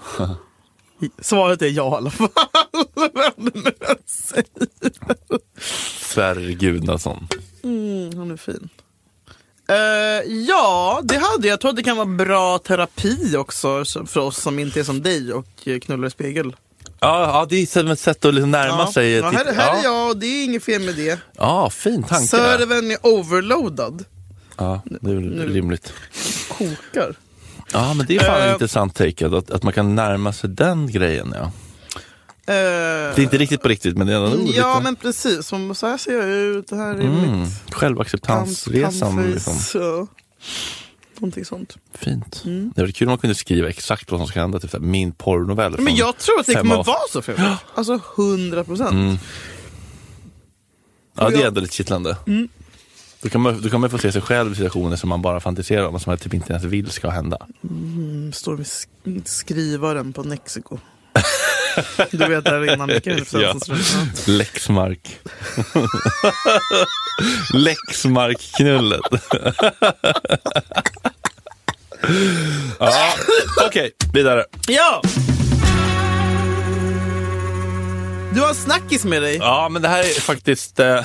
[SPEAKER 3] Svaret är ja i alla fall. Vem det nu än säger.
[SPEAKER 2] Sverre Gudnason.
[SPEAKER 3] Han Mm, är fin. Eh, ja, det hade jag. Jag tror att det kan vara bra terapi också så- för oss som inte är som dig och eh, knullar i spegel.
[SPEAKER 2] Ja, ja, det är som ett sätt att liksom närma
[SPEAKER 3] Ja.
[SPEAKER 2] sig.
[SPEAKER 3] ja,
[SPEAKER 2] till-
[SPEAKER 3] här, här
[SPEAKER 2] ja.
[SPEAKER 3] är jag och det är inget fel med det.
[SPEAKER 2] Ja, fin tanke. där.
[SPEAKER 3] Serven är overloadad.
[SPEAKER 2] Ja, det är väl rimligt.
[SPEAKER 3] Kokar.
[SPEAKER 2] Ja, men det är fan
[SPEAKER 3] Eh.
[SPEAKER 2] intressant take att, att man kan närma sig den grejen. Ja.
[SPEAKER 3] Eh,
[SPEAKER 2] Det är inte riktigt på riktigt, men det är ändå lite
[SPEAKER 3] ja, men precis. Som, så här ser jag ut. Det här är
[SPEAKER 2] mm,
[SPEAKER 3] mitt
[SPEAKER 2] självacceptansresan.
[SPEAKER 3] camp-
[SPEAKER 2] Liksom.
[SPEAKER 3] campface, ja. Någonting sånt.
[SPEAKER 2] Fint. Det vore kul om man kunde skriva exakt vad som ska hända. Typ så här, min porrnovell.
[SPEAKER 3] Men
[SPEAKER 2] från
[SPEAKER 3] jag tror att det
[SPEAKER 2] fem
[SPEAKER 3] kommer
[SPEAKER 2] av- Mm.
[SPEAKER 3] vara så Fredrik. Alltså 100 procent.
[SPEAKER 2] Ja, det är
[SPEAKER 3] jag-
[SPEAKER 2] ändå lite kittlande. Då kan, man, då kan man få se sig själv i situationer som man bara fantiserar om och som man typ inte ens vill ska hända.
[SPEAKER 3] Mm, Står med sk- skrivaren på Nexiko. Du vet där innan Mikael
[SPEAKER 2] Ja.
[SPEAKER 3] Svensson ja.
[SPEAKER 2] Lexmark. Lexmark-knullet. ja, okej, vidare.
[SPEAKER 3] ja! Du har en snackis med dig.
[SPEAKER 2] Ja, men det här är faktiskt eh,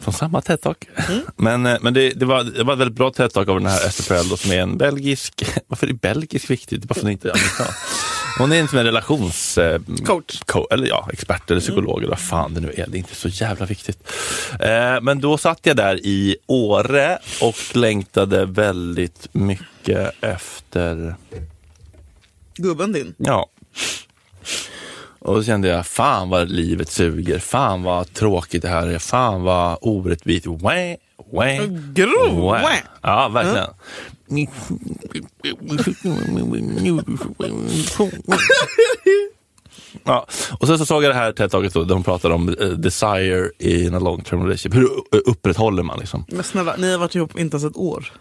[SPEAKER 2] från samma TED-talk.
[SPEAKER 3] Mm.
[SPEAKER 2] Men, eh, men det, det, var, det var ett väldigt bra TED-talk av den här Esther Perel då, som är en belgisk... Varför är belgisk viktigt? Varför är den inte amerikan? Hon är en som är relations... Eh,
[SPEAKER 3] Coach. Mm.
[SPEAKER 2] co- eller ja, expert eller psykolog eller vad fan det nu är. Det är inte så jävla viktigt. Eh, men då satt jag där i Åre och längtade väldigt mycket efter
[SPEAKER 3] Gubben din.
[SPEAKER 2] Ja. Och då kände jag, fan vad livet suger, fan vad tråkigt det här är, fan vad orättvist. Wah, wah,
[SPEAKER 3] Grov, wah.
[SPEAKER 2] Ja, verkligen. Ja, och sen så såg jag det här TED-taget då, där de pratade om eh, desire in a long term relationship. Hur eh, upprätthåller man liksom?
[SPEAKER 3] Men snälla, ni har varit ihop inte ens ett år.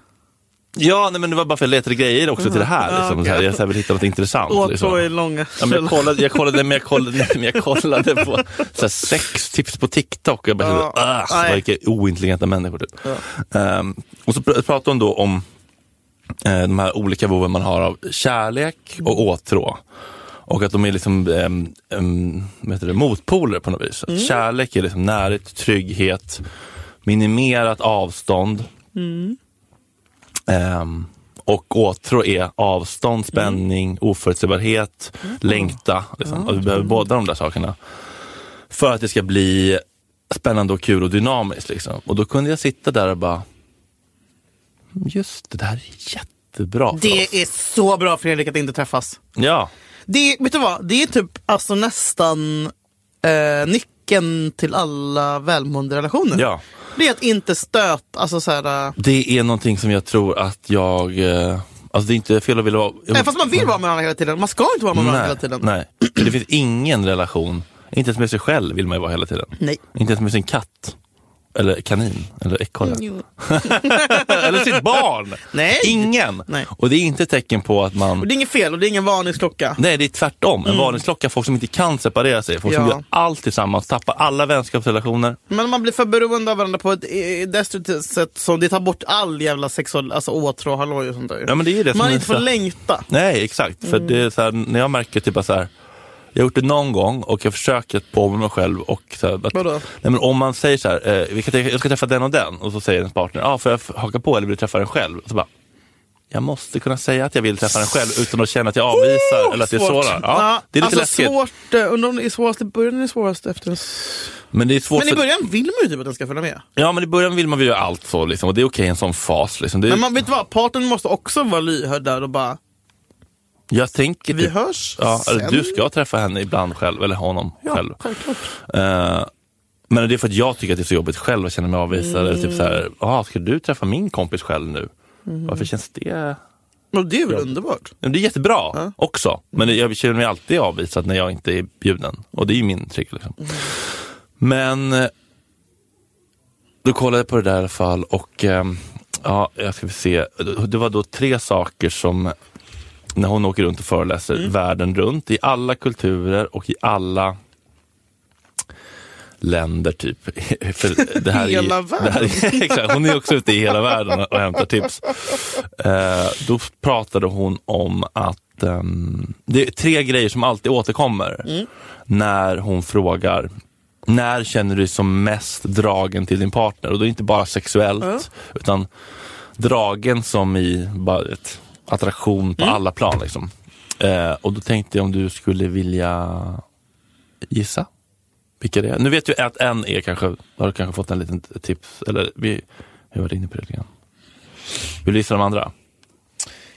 [SPEAKER 2] Ja, nej, men det var bara för att jag letade grejer också till det här.
[SPEAKER 3] Ja,
[SPEAKER 2] Liksom,
[SPEAKER 3] okej.
[SPEAKER 2] så här jag så här, vill hitta något intressant.
[SPEAKER 3] Åt på i
[SPEAKER 2] Liksom.
[SPEAKER 3] långa
[SPEAKER 2] Ja, men jag, kollade, jag, kollade, men jag, kollade, nej, men jag kollade på så här, sextips på TikTok och jag bara
[SPEAKER 3] Ja.
[SPEAKER 2] kände, ah, så
[SPEAKER 3] Nej.
[SPEAKER 2] vilka ointelligenta människor. Typ. Ehm, och så pr- pratade hon då om eh, de här olika behoven man har av kärlek och åtrå. Och att de är liksom ehm, ehm, vad heter det, motpoler på något vis. Att Kärlek är liksom närhet, trygghet, minimerat avstånd. Ehm, och åtrå är avstånd, spänning, oförutsägbarhet, längta. Liksom. Och vi behöver båda de där sakerna för att det ska bli spännande och kul och dynamiskt. Liksom. Och då kunde jag sitta där och bara, "Mm, just det, det här är jättebra för oss.
[SPEAKER 3] Det är så bra Fredrik att inte träffas.
[SPEAKER 2] Ja,
[SPEAKER 3] Det är, vet du vad? Det är typ alltså nästan eh, nyckeln till alla välmående relationer.
[SPEAKER 2] ja.
[SPEAKER 3] Det är att inte stöt, alltså så här, eh,
[SPEAKER 2] Det är någonting som jag tror att jag, eh, alltså det är inte fel att vilja vara...
[SPEAKER 3] nej, fast man vill vara med varandra hela tiden, man ska inte vara med varandra
[SPEAKER 2] nej,
[SPEAKER 3] hela tiden.
[SPEAKER 2] Nej, det finns ingen relation, inte ens med sig själv vill man ju vara hela tiden.
[SPEAKER 3] Nej.
[SPEAKER 2] Inte ens med sin katt. Eller kanin, eller ekorre. eller sitt barn!
[SPEAKER 3] Nej.
[SPEAKER 2] Ingen!
[SPEAKER 3] Nej.
[SPEAKER 2] Och det är inte ett tecken på att
[SPEAKER 3] Och
[SPEAKER 2] man...
[SPEAKER 3] det är inget fel och det är ingen varningsklocka.
[SPEAKER 2] Nej, det är tvärtom. En varningsklocka. Folk som inte kan separera sig. Folk som
[SPEAKER 3] Ja.
[SPEAKER 2] gör allt tillsammans. Tappar alla vänskapsrelationer.
[SPEAKER 3] Men man blir för beroende av varandra på ett eh, destruktivt sätt som det tar bort all jävla sexuell alltså, åtrå och halloj och sånt där.
[SPEAKER 2] Ja, men det är ju det som
[SPEAKER 3] man
[SPEAKER 2] är
[SPEAKER 3] inte får
[SPEAKER 2] så-
[SPEAKER 3] längta.
[SPEAKER 2] Nej, exakt. För det
[SPEAKER 3] Mm.
[SPEAKER 2] är så här, när jag märker typ att så här, jag har gjort det någon gång och jag försöker påminna mig själv. Och så här, att,
[SPEAKER 3] Vadå?
[SPEAKER 2] Nej, men om man säger så här, eh, vi kan, tänka- jag ska träffa den och den och så säger ens partner, ah, får jag f- haka på eller vill du träffa den själv? Och så bara, jag måste kunna säga att jag vill träffa den själv utan att känna att jag avvisar eller att jag
[SPEAKER 3] Svårt.
[SPEAKER 2] sårar. Ja, det är lite
[SPEAKER 3] alltså,
[SPEAKER 2] läskigt.
[SPEAKER 3] Svårt, eh, undrar om det är svårast i början eller svårast efter en
[SPEAKER 2] Men det är svårt.
[SPEAKER 3] Men i
[SPEAKER 2] för-
[SPEAKER 3] början vill man ju typ att den ska följa med.
[SPEAKER 2] Ja, men i början vill man väl göra allt så liksom, och det är okej i en sån fas. Liksom. Det är,
[SPEAKER 3] Men man vet du vad, partnern måste också vara lyhörd där och bara,
[SPEAKER 2] jag tänker
[SPEAKER 3] vi
[SPEAKER 2] typ,
[SPEAKER 3] hörs
[SPEAKER 2] ja, eller
[SPEAKER 3] sen.
[SPEAKER 2] Du ska träffa henne ibland själv, eller honom själv.
[SPEAKER 3] självklart.
[SPEAKER 2] Eh, men det är för att jag tycker att det är så jobbigt själv att känna mig avvisad. Eller typ så här, "Jaha, ska du träffa min kompis själv nu? Varför känns det...
[SPEAKER 3] Och det är väl underbart.
[SPEAKER 2] Men Det är jättebra också, men jag känner mig alltid avvisad när jag inte är bjuden. Och det är ju min trick. Liksom. Men eh, då kollade jag på det där i alla fall och ehm, ja, jag ska se. Det var då tre saker som när hon åker runt och föreläser världen runt i alla kulturer och i alla länder typ. För det här
[SPEAKER 3] Hela
[SPEAKER 2] är, Det här är, exakt, hon är också ute i hela världen och hämtar tips. Eh, då pratade hon om att ehm, det är tre grejer som alltid återkommer när hon frågar när känner du dig som mest dragen till din partner? Och då är det inte bara sexuellt, utan dragen som i bara ett, attraktion på alla plan. Liksom. Eh, och då tänkte jag om du skulle vilja gissa vilka det är. Nu vet jag att en är kanske, har du kanske fått en liten t- tips, eller vi har varit inne på det lite grann. Vill du gissa de andra?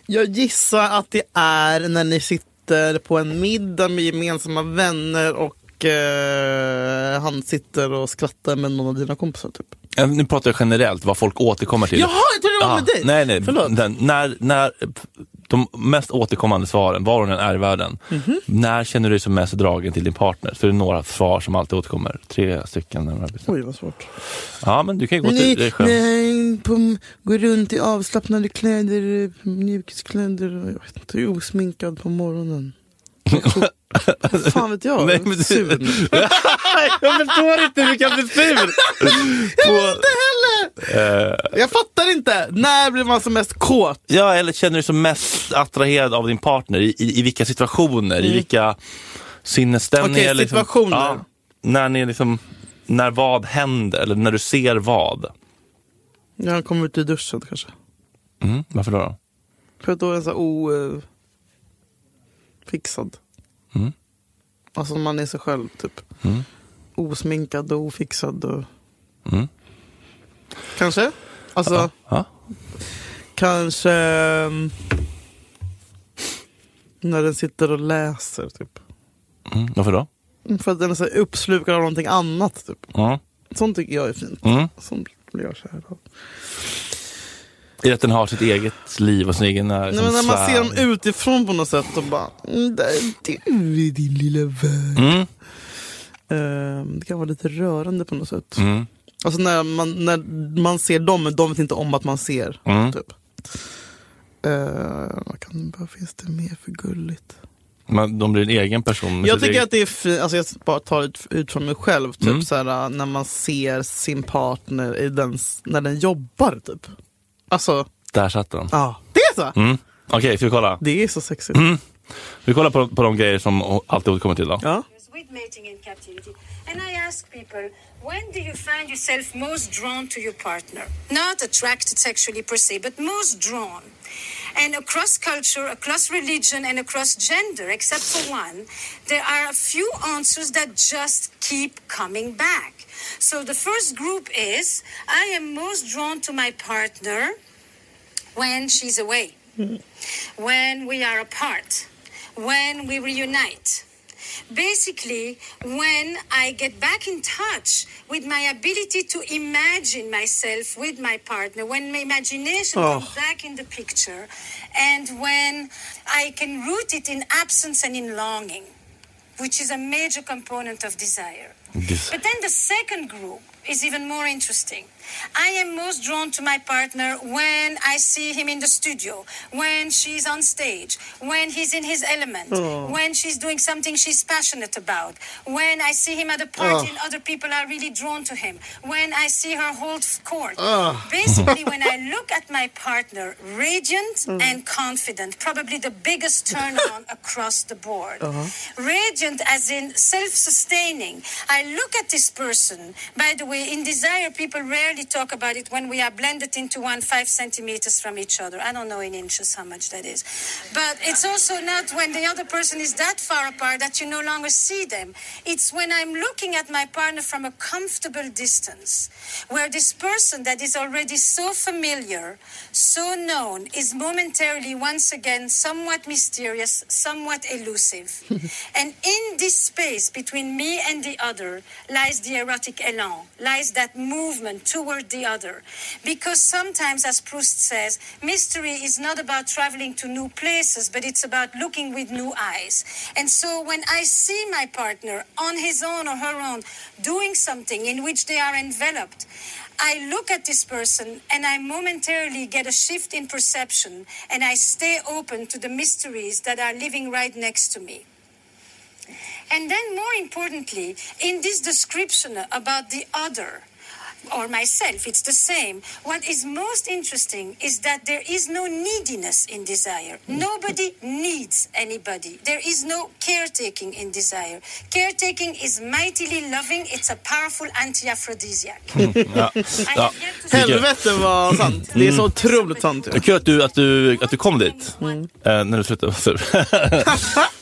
[SPEAKER 3] Jag gissar att det är när ni sitter på en middag med gemensamma vänner och eh, han sitter och skrattar med någon av dina kompisar typ.
[SPEAKER 2] Eh, Nu pratar jag generellt, vad folk återkommer till.
[SPEAKER 3] Jaha, jag trodde det var
[SPEAKER 2] Ah,
[SPEAKER 3] med dig!
[SPEAKER 2] Nej, nej.
[SPEAKER 3] Förlåt.
[SPEAKER 2] Den, när, när, de mest återkommande svaren, var hon än är i världen.
[SPEAKER 3] Mhm.
[SPEAKER 2] När känner du dig som mest dragen till din partner? Så är det några svar som alltid återkommer. Tre stycken. när de här blir-
[SPEAKER 3] Oj vad svårt.
[SPEAKER 2] Ja, men du kan ju gå till dig
[SPEAKER 3] Nej,
[SPEAKER 2] själv.
[SPEAKER 3] nej pum, går runt i avslappnade kläder, mjukiskläder och jag vet inte, osminkad på morgonen. Vad fan vet jag?
[SPEAKER 2] Nej, men du-
[SPEAKER 3] Sur nu.
[SPEAKER 2] jag förstår inte hur du kan bli sur! På, Eh.
[SPEAKER 3] Jag fattar inte! När blir man som mest kåt?
[SPEAKER 2] ja, eller känner du dig som mest attraherad av din partner? I, i, i vilka situationer? I vilka sinnesstämningar?
[SPEAKER 3] Mm.
[SPEAKER 2] Liksom-
[SPEAKER 3] Okej, situationer.
[SPEAKER 2] ja, när ni liksom, när vad händer? Eller när du ser vad?
[SPEAKER 3] När han kommer ut i duschen kanske.
[SPEAKER 2] Mm, varför då? då?
[SPEAKER 3] För att då är den så här o... eh, fixad.
[SPEAKER 2] Mm.
[SPEAKER 3] Alltså man är sig själv typ.
[SPEAKER 2] Mm.
[SPEAKER 3] Osminkad och ofixad och...
[SPEAKER 2] Mm.
[SPEAKER 3] Kanske? Alltså
[SPEAKER 2] Ja.
[SPEAKER 3] kanske... ehm, när den sitter och läser typ.
[SPEAKER 2] Mm, varför då?
[SPEAKER 3] För att den är så här uppslukad av någonting annat typ.
[SPEAKER 2] Mm.
[SPEAKER 3] Sånt tycker jag är fint.
[SPEAKER 2] Mm.
[SPEAKER 3] Sånt blir jag kär av.
[SPEAKER 2] I att den har sitt eget liv och sin egen eh,
[SPEAKER 3] Nej,
[SPEAKER 2] liksom,
[SPEAKER 3] men när man
[SPEAKER 2] sfär.
[SPEAKER 3] ser dem utifrån på något sätt och bara, "Mm, där är du i din lilla värld.
[SPEAKER 2] Mm.
[SPEAKER 3] Ehm, det kan vara lite rörande på något sätt.
[SPEAKER 2] Mm.
[SPEAKER 3] Alltså när man, när man ser dem, men de vet inte om att man ser.
[SPEAKER 2] Mm.
[SPEAKER 3] Typ. Eh, vad kan, vad finns det mer för gulligt?
[SPEAKER 2] Men de blir en egen person. med
[SPEAKER 3] Jag
[SPEAKER 2] sitt
[SPEAKER 3] tycker
[SPEAKER 2] eget-
[SPEAKER 3] att det är fint, alltså jag bara tar ut, ut från mig själv, typ
[SPEAKER 2] Mm.
[SPEAKER 3] såhär, när man ser sin partner i den, s- när den jobbar typ. Alltså,
[SPEAKER 2] Där satt den.
[SPEAKER 3] ja. Det är så!
[SPEAKER 2] Mm. Okej, ska vi kolla?
[SPEAKER 3] Det är så sexigt.
[SPEAKER 2] Vi kollar på, på de grejer som alltid återkommer till då.
[SPEAKER 3] Ja.
[SPEAKER 4] with mating in captivity. And I ask people, when do you find yourself most drawn to your partner? Not attracted sexually per se, but most drawn. And across culture, across religion, and across gender, except for one, there are a few answers that just keep coming back. So the first group is I am most drawn to my partner when she's away, when we are apart, when we reunite. Basically, when I get back in touch with my ability to imagine myself with my partner, when my imagination comes back in the picture, and when I can root it in absence and in longing, which is a major component of desire.
[SPEAKER 2] Des-
[SPEAKER 4] But then the second group is even more interesting. I am most drawn to my partner when I see him in the studio, when she's on stage, when he's in his element, when she's doing something she's passionate about, when I see him at a party and other people are really drawn to him, when I see her hold court. Basically, when I look at my partner, radiant and confident, probably the biggest turn on across the board. Radiant as in self sustaining. I look at this person, by the way, in desire, people rarely talk about it when we are blended into one five centimeters from each other. I don't know in inches how much that is. But it's also not when the other person is that far apart that you no longer see them. It's when I'm looking at my partner from a comfortable distance, where this person that is already so familiar, so known, is momentarily once again somewhat mysterious, somewhat elusive. and in this space between me and the other lies the erotic elan, lies that movement toward the other. Because sometimes, as Proust says, mystery is not about traveling to new places, but it's about looking with new eyes. And so when I see my partner on his own or her own doing something in which they are enveloped, I look at this person and I momentarily get a shift in perception and I stay open to the mysteries that are living right next to me. And then, more importantly, in this description about the other or myself, it's the same. What is most interesting is that there is no neediness in desire. Nobody needs anybody. There is no caretaking in desire. Caretaking is mightily loving, it's a powerful anti aphrodisiac.
[SPEAKER 2] Ja. Ja.
[SPEAKER 3] Helvete vad sant. Det är
[SPEAKER 2] Mm.
[SPEAKER 3] så otroligt sant. ju.
[SPEAKER 2] Kul att du, att, du, att du kom dit eh, när du slutade vara sur.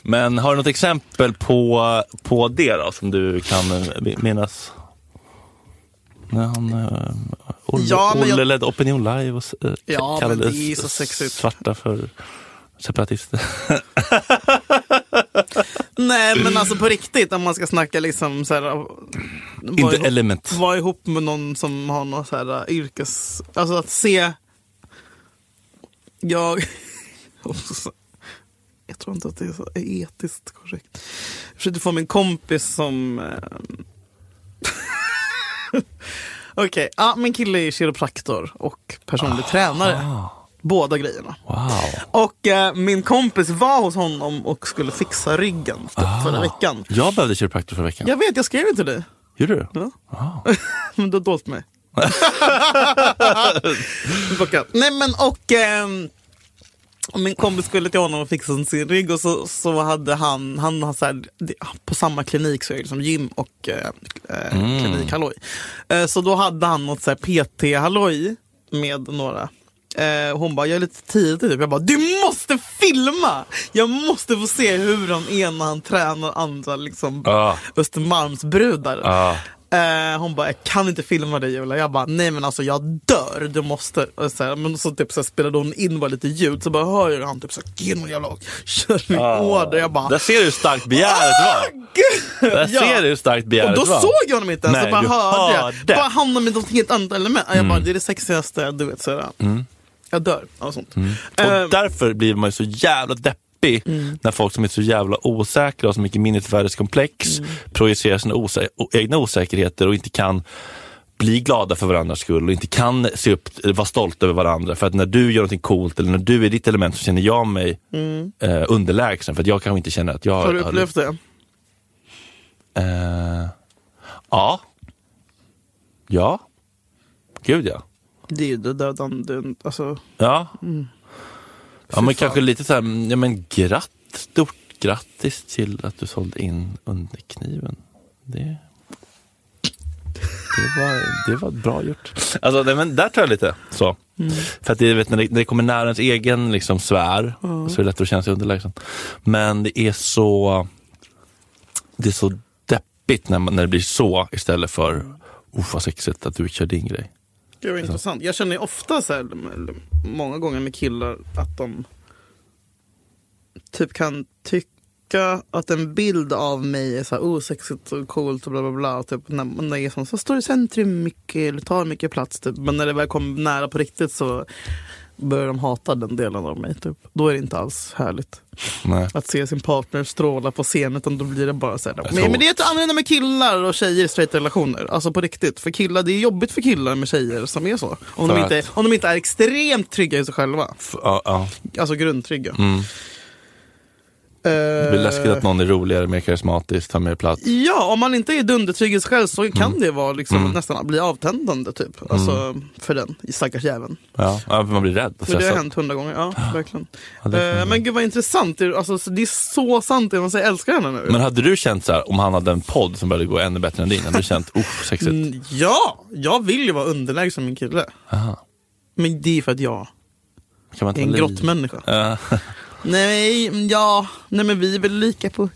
[SPEAKER 2] Men har du något exempel på, på det då, som du kan eh, minnas? När han, eh, Olle,
[SPEAKER 3] Ja, men jag-
[SPEAKER 2] Olle ledde Opinion Live och eh,
[SPEAKER 3] Ja, men
[SPEAKER 2] kallade
[SPEAKER 3] det är så
[SPEAKER 2] s-
[SPEAKER 3] sexigt.
[SPEAKER 2] svarta för separatister.
[SPEAKER 3] Nej men alltså på riktigt om man ska snacka liksom såhär. vara
[SPEAKER 2] Inte
[SPEAKER 3] ihop-
[SPEAKER 2] element.
[SPEAKER 3] Vara ihop med någon som har någon såhär äh, yrkes... Alltså att se. Jag. Jag tror inte att det är så etiskt korrekt. Jag försökte få min kompis som... eh, Okej, ja, min kille är kiropraktor och personlig tränare. Båda grejerna.
[SPEAKER 2] Wow.
[SPEAKER 3] Och eh, min kompis var hos honom och skulle fixa ryggen typ, förra veckan.
[SPEAKER 2] Ah. Jag behövde kiropraktor förra veckan.
[SPEAKER 3] Jag vet, jag skrev det till dig.
[SPEAKER 2] Gjorde du?
[SPEAKER 3] Ja. Men du har dolt mig. Bocka. Nej men och ehm, och min kompis skulle till honom och fixa sin rygg och så, så hade han, han har så här, det- på samma klinik så är det liksom gym och eh, eh, klinik halloj. Eh, så då hade han något så här PT halloj med några. Eh, hon bara, jag är lite tidig typ. Jag bara, du måste filma! Jag måste få se hur han är när han tränar andra liksom,
[SPEAKER 2] Ah.
[SPEAKER 3] Östermalmsbrudar.
[SPEAKER 2] Ja.
[SPEAKER 3] Eh, hon bara, jag kan inte filma dig Julia. Jag bara, nej men alltså jag dör, du måste. Och så, här, men så, typ, så här, spelade hon in bara lite ljud, så bara hör jag hur han typ så här, ge någon jävla kör i
[SPEAKER 2] Ah.
[SPEAKER 3] order. Jag bara,
[SPEAKER 2] Där ser du hur starkt begäret var.
[SPEAKER 3] gud!
[SPEAKER 2] Där
[SPEAKER 3] Ja.
[SPEAKER 2] ser du hur starkt
[SPEAKER 3] Och
[SPEAKER 2] begäret
[SPEAKER 3] då
[SPEAKER 2] var.
[SPEAKER 3] såg jag honom inte ens,
[SPEAKER 2] Nej,
[SPEAKER 3] jag bara
[SPEAKER 2] du
[SPEAKER 3] hörde.
[SPEAKER 2] hörde. Mm.
[SPEAKER 3] Bara hamnade i något helt annat element. Jag bara, det är det sexigaste, du vet. Så här, Jag dör av sånt. Eh,
[SPEAKER 2] Mm.
[SPEAKER 3] Mm.
[SPEAKER 2] Och därför blir man ju så jävla deppig när folk som är så jävla osäkra och
[SPEAKER 3] Mm.
[SPEAKER 2] så mycket minnesvärdeskomplex projicerar sina osä- o- egna osäkerheter och inte kan bli glada för varandras skull och inte kan se upp, eh, vara stolta över varandra. För att när du gör någonting coolt eller när du är i ditt element så känner jag mig eh, underlägsen för att jag kanske inte känner att jag
[SPEAKER 3] Mm. Har du upplevt det?
[SPEAKER 2] Eh, ja. Ja. Gud ja.
[SPEAKER 3] Det är ju det där, den, den, alltså,
[SPEAKER 2] Ja, ja men kanske lite så här, ja, men gratt, stort grattis till att du sålde in underkniven. Det, det, var, det var bra gjort. Alltså, nej, men där tror jag lite så. För att det, vet, när, det, när det kommer nära ens egen liksom, sfär så är det lättare att känna sig underlägsen. Men det är så det är så deppigt när, man, när det blir så istället för Uff vad sexigt att du kör din grej.
[SPEAKER 3] det var intressant. Jag känner ju ofta så här, eller många gånger med killar att de typ kan tycka att en bild av mig är så här osexigt och coolt och bla bla bla. Typ, när man är sån, så står i centrum mycket eller tar mycket plats. Typ. Men när det väl kommer nära på riktigt så börjar de hata den delen av mig. Typ. Då är det inte alls härligt.
[SPEAKER 2] Nej.
[SPEAKER 3] att se sin partner stråla på scenen utan då blir det bara så här.
[SPEAKER 2] Jag tror-
[SPEAKER 3] Men, men det är ett annorlunda med killar och tjejer i straighta relationer. Alltså på riktigt. För killar, det är jobbigt för killar med tjejer som är så. Om,
[SPEAKER 2] För
[SPEAKER 3] de inte,
[SPEAKER 2] att-
[SPEAKER 3] om de inte är extremt trygga i sig själva.
[SPEAKER 2] F- ja, ja.
[SPEAKER 3] Alltså grundtrygga.
[SPEAKER 2] Mm. Det
[SPEAKER 3] Eh,
[SPEAKER 2] blir läskigt att någon är roligare, mer karismatisk, tar mer plats.
[SPEAKER 3] Ja, om man inte är dundertrygg i sig själv så kan
[SPEAKER 2] Mm.
[SPEAKER 3] det vara liksom, nästan bli avtändande typ. Alltså för den stackars jäveln.
[SPEAKER 2] Ja, ja, man blir rädd. och
[SPEAKER 3] Men det har
[SPEAKER 2] Mm. stressad.
[SPEAKER 3] hänt hundra gånger, ja verkligen.
[SPEAKER 2] Ja, det kan
[SPEAKER 3] Eh,
[SPEAKER 2] jag.
[SPEAKER 3] men gud vad intressant, Det är- alltså, så- det är så sant det man säger, jag älskar henne nu.
[SPEAKER 2] Men hade du känt så här, om han hade en podd som började gå ännu bättre än din, hade du känt uff, sexigt?
[SPEAKER 3] Mm, Ja, jag vill ju vara underlägsen min kille.
[SPEAKER 2] Aha.
[SPEAKER 3] Men det är för att jag
[SPEAKER 2] Kan man
[SPEAKER 3] är en
[SPEAKER 2] li-
[SPEAKER 3] grottmänniska.
[SPEAKER 2] Ja.
[SPEAKER 3] Nej, mm, ja, nej men vi är väl lika på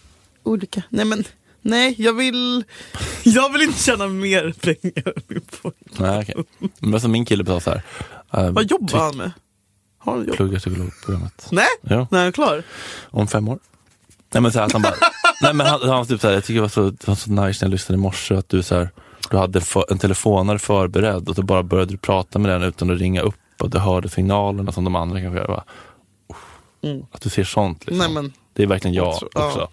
[SPEAKER 3] olika. Nej men, nej jag vill, jag vill inte tjäna mer pengar. än min pojke.
[SPEAKER 2] Nej, okej. Men som min kille sa så här. eh,
[SPEAKER 3] Vad jobbar
[SPEAKER 2] tyck-
[SPEAKER 3] han med? Har han jobb?
[SPEAKER 2] Pluggar psykologprogrammet.
[SPEAKER 3] Nej,
[SPEAKER 2] Ja,
[SPEAKER 3] när är han klar?
[SPEAKER 2] om fem år. Nej men så här, att han bara, nej men han, han typ så här, jag tycker det var så, det var så nice när jag lyssnade i morse att du så här, du hade för, en telefonare förberedd och då bara började du prata med den utan att ringa upp och du hörde signalerna som de andra kanske gör. Jag bara, uff,
[SPEAKER 3] Mm.
[SPEAKER 2] Att du ser sånt liksom.
[SPEAKER 3] Nej men,
[SPEAKER 2] Det är verkligen jag,
[SPEAKER 3] Jag tror- ja.
[SPEAKER 2] också.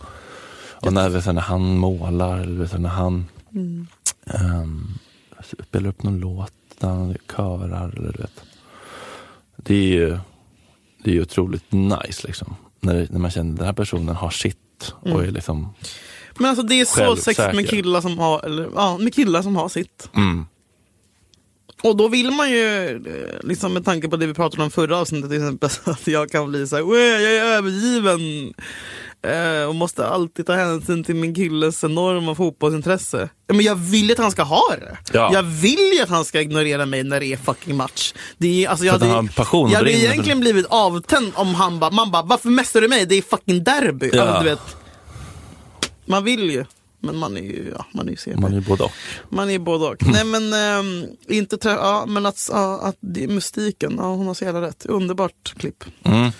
[SPEAKER 2] Och när, vet, du, när han målar, eller vet, du, när han
[SPEAKER 3] Mm.
[SPEAKER 2] ehm, spelar upp någon låt, när han körar. Eller, du vet. Det är ju det är ju otroligt nice liksom. När, det- när man känner att den här personen har sitt.
[SPEAKER 3] Mm.
[SPEAKER 2] Och är liksom,
[SPEAKER 3] men alltså det är så
[SPEAKER 2] Självsäker.
[SPEAKER 3] sexigt med killar som har, eller, ja, med killar som har sitt.
[SPEAKER 2] mm,
[SPEAKER 3] Och då vill man ju, eh, liksom med tanke på det vi pratade om förra avsnittet till exempel, så att jag kan bli så här, "Åh, jag är övergiven eh, och måste alltid ta hänsyn till min killes enorma fotbollsintresse. Ja, Men jag vill ju att han ska ha det.
[SPEAKER 2] Ja.
[SPEAKER 3] Jag vill ju att han ska ignorera mig när det är fucking match. Det är, alltså, jag
[SPEAKER 2] att han har en passion och
[SPEAKER 3] jag hade
[SPEAKER 2] brinner för
[SPEAKER 3] egentligen blivit avtänd om han bara, man bara, varför mässar du mig? Det är fucking derby.
[SPEAKER 2] Ja.
[SPEAKER 3] Alltså, du vet, man vill ju. Men man är ju, ja, man är ju CP.
[SPEAKER 2] man är ju både och.
[SPEAKER 3] Man är både och. Nej men, ehm, inte trä- ja, men att, ja, att det är mystiken, ja, hon har så jävla rätt. Underbart klipp.
[SPEAKER 2] Mm.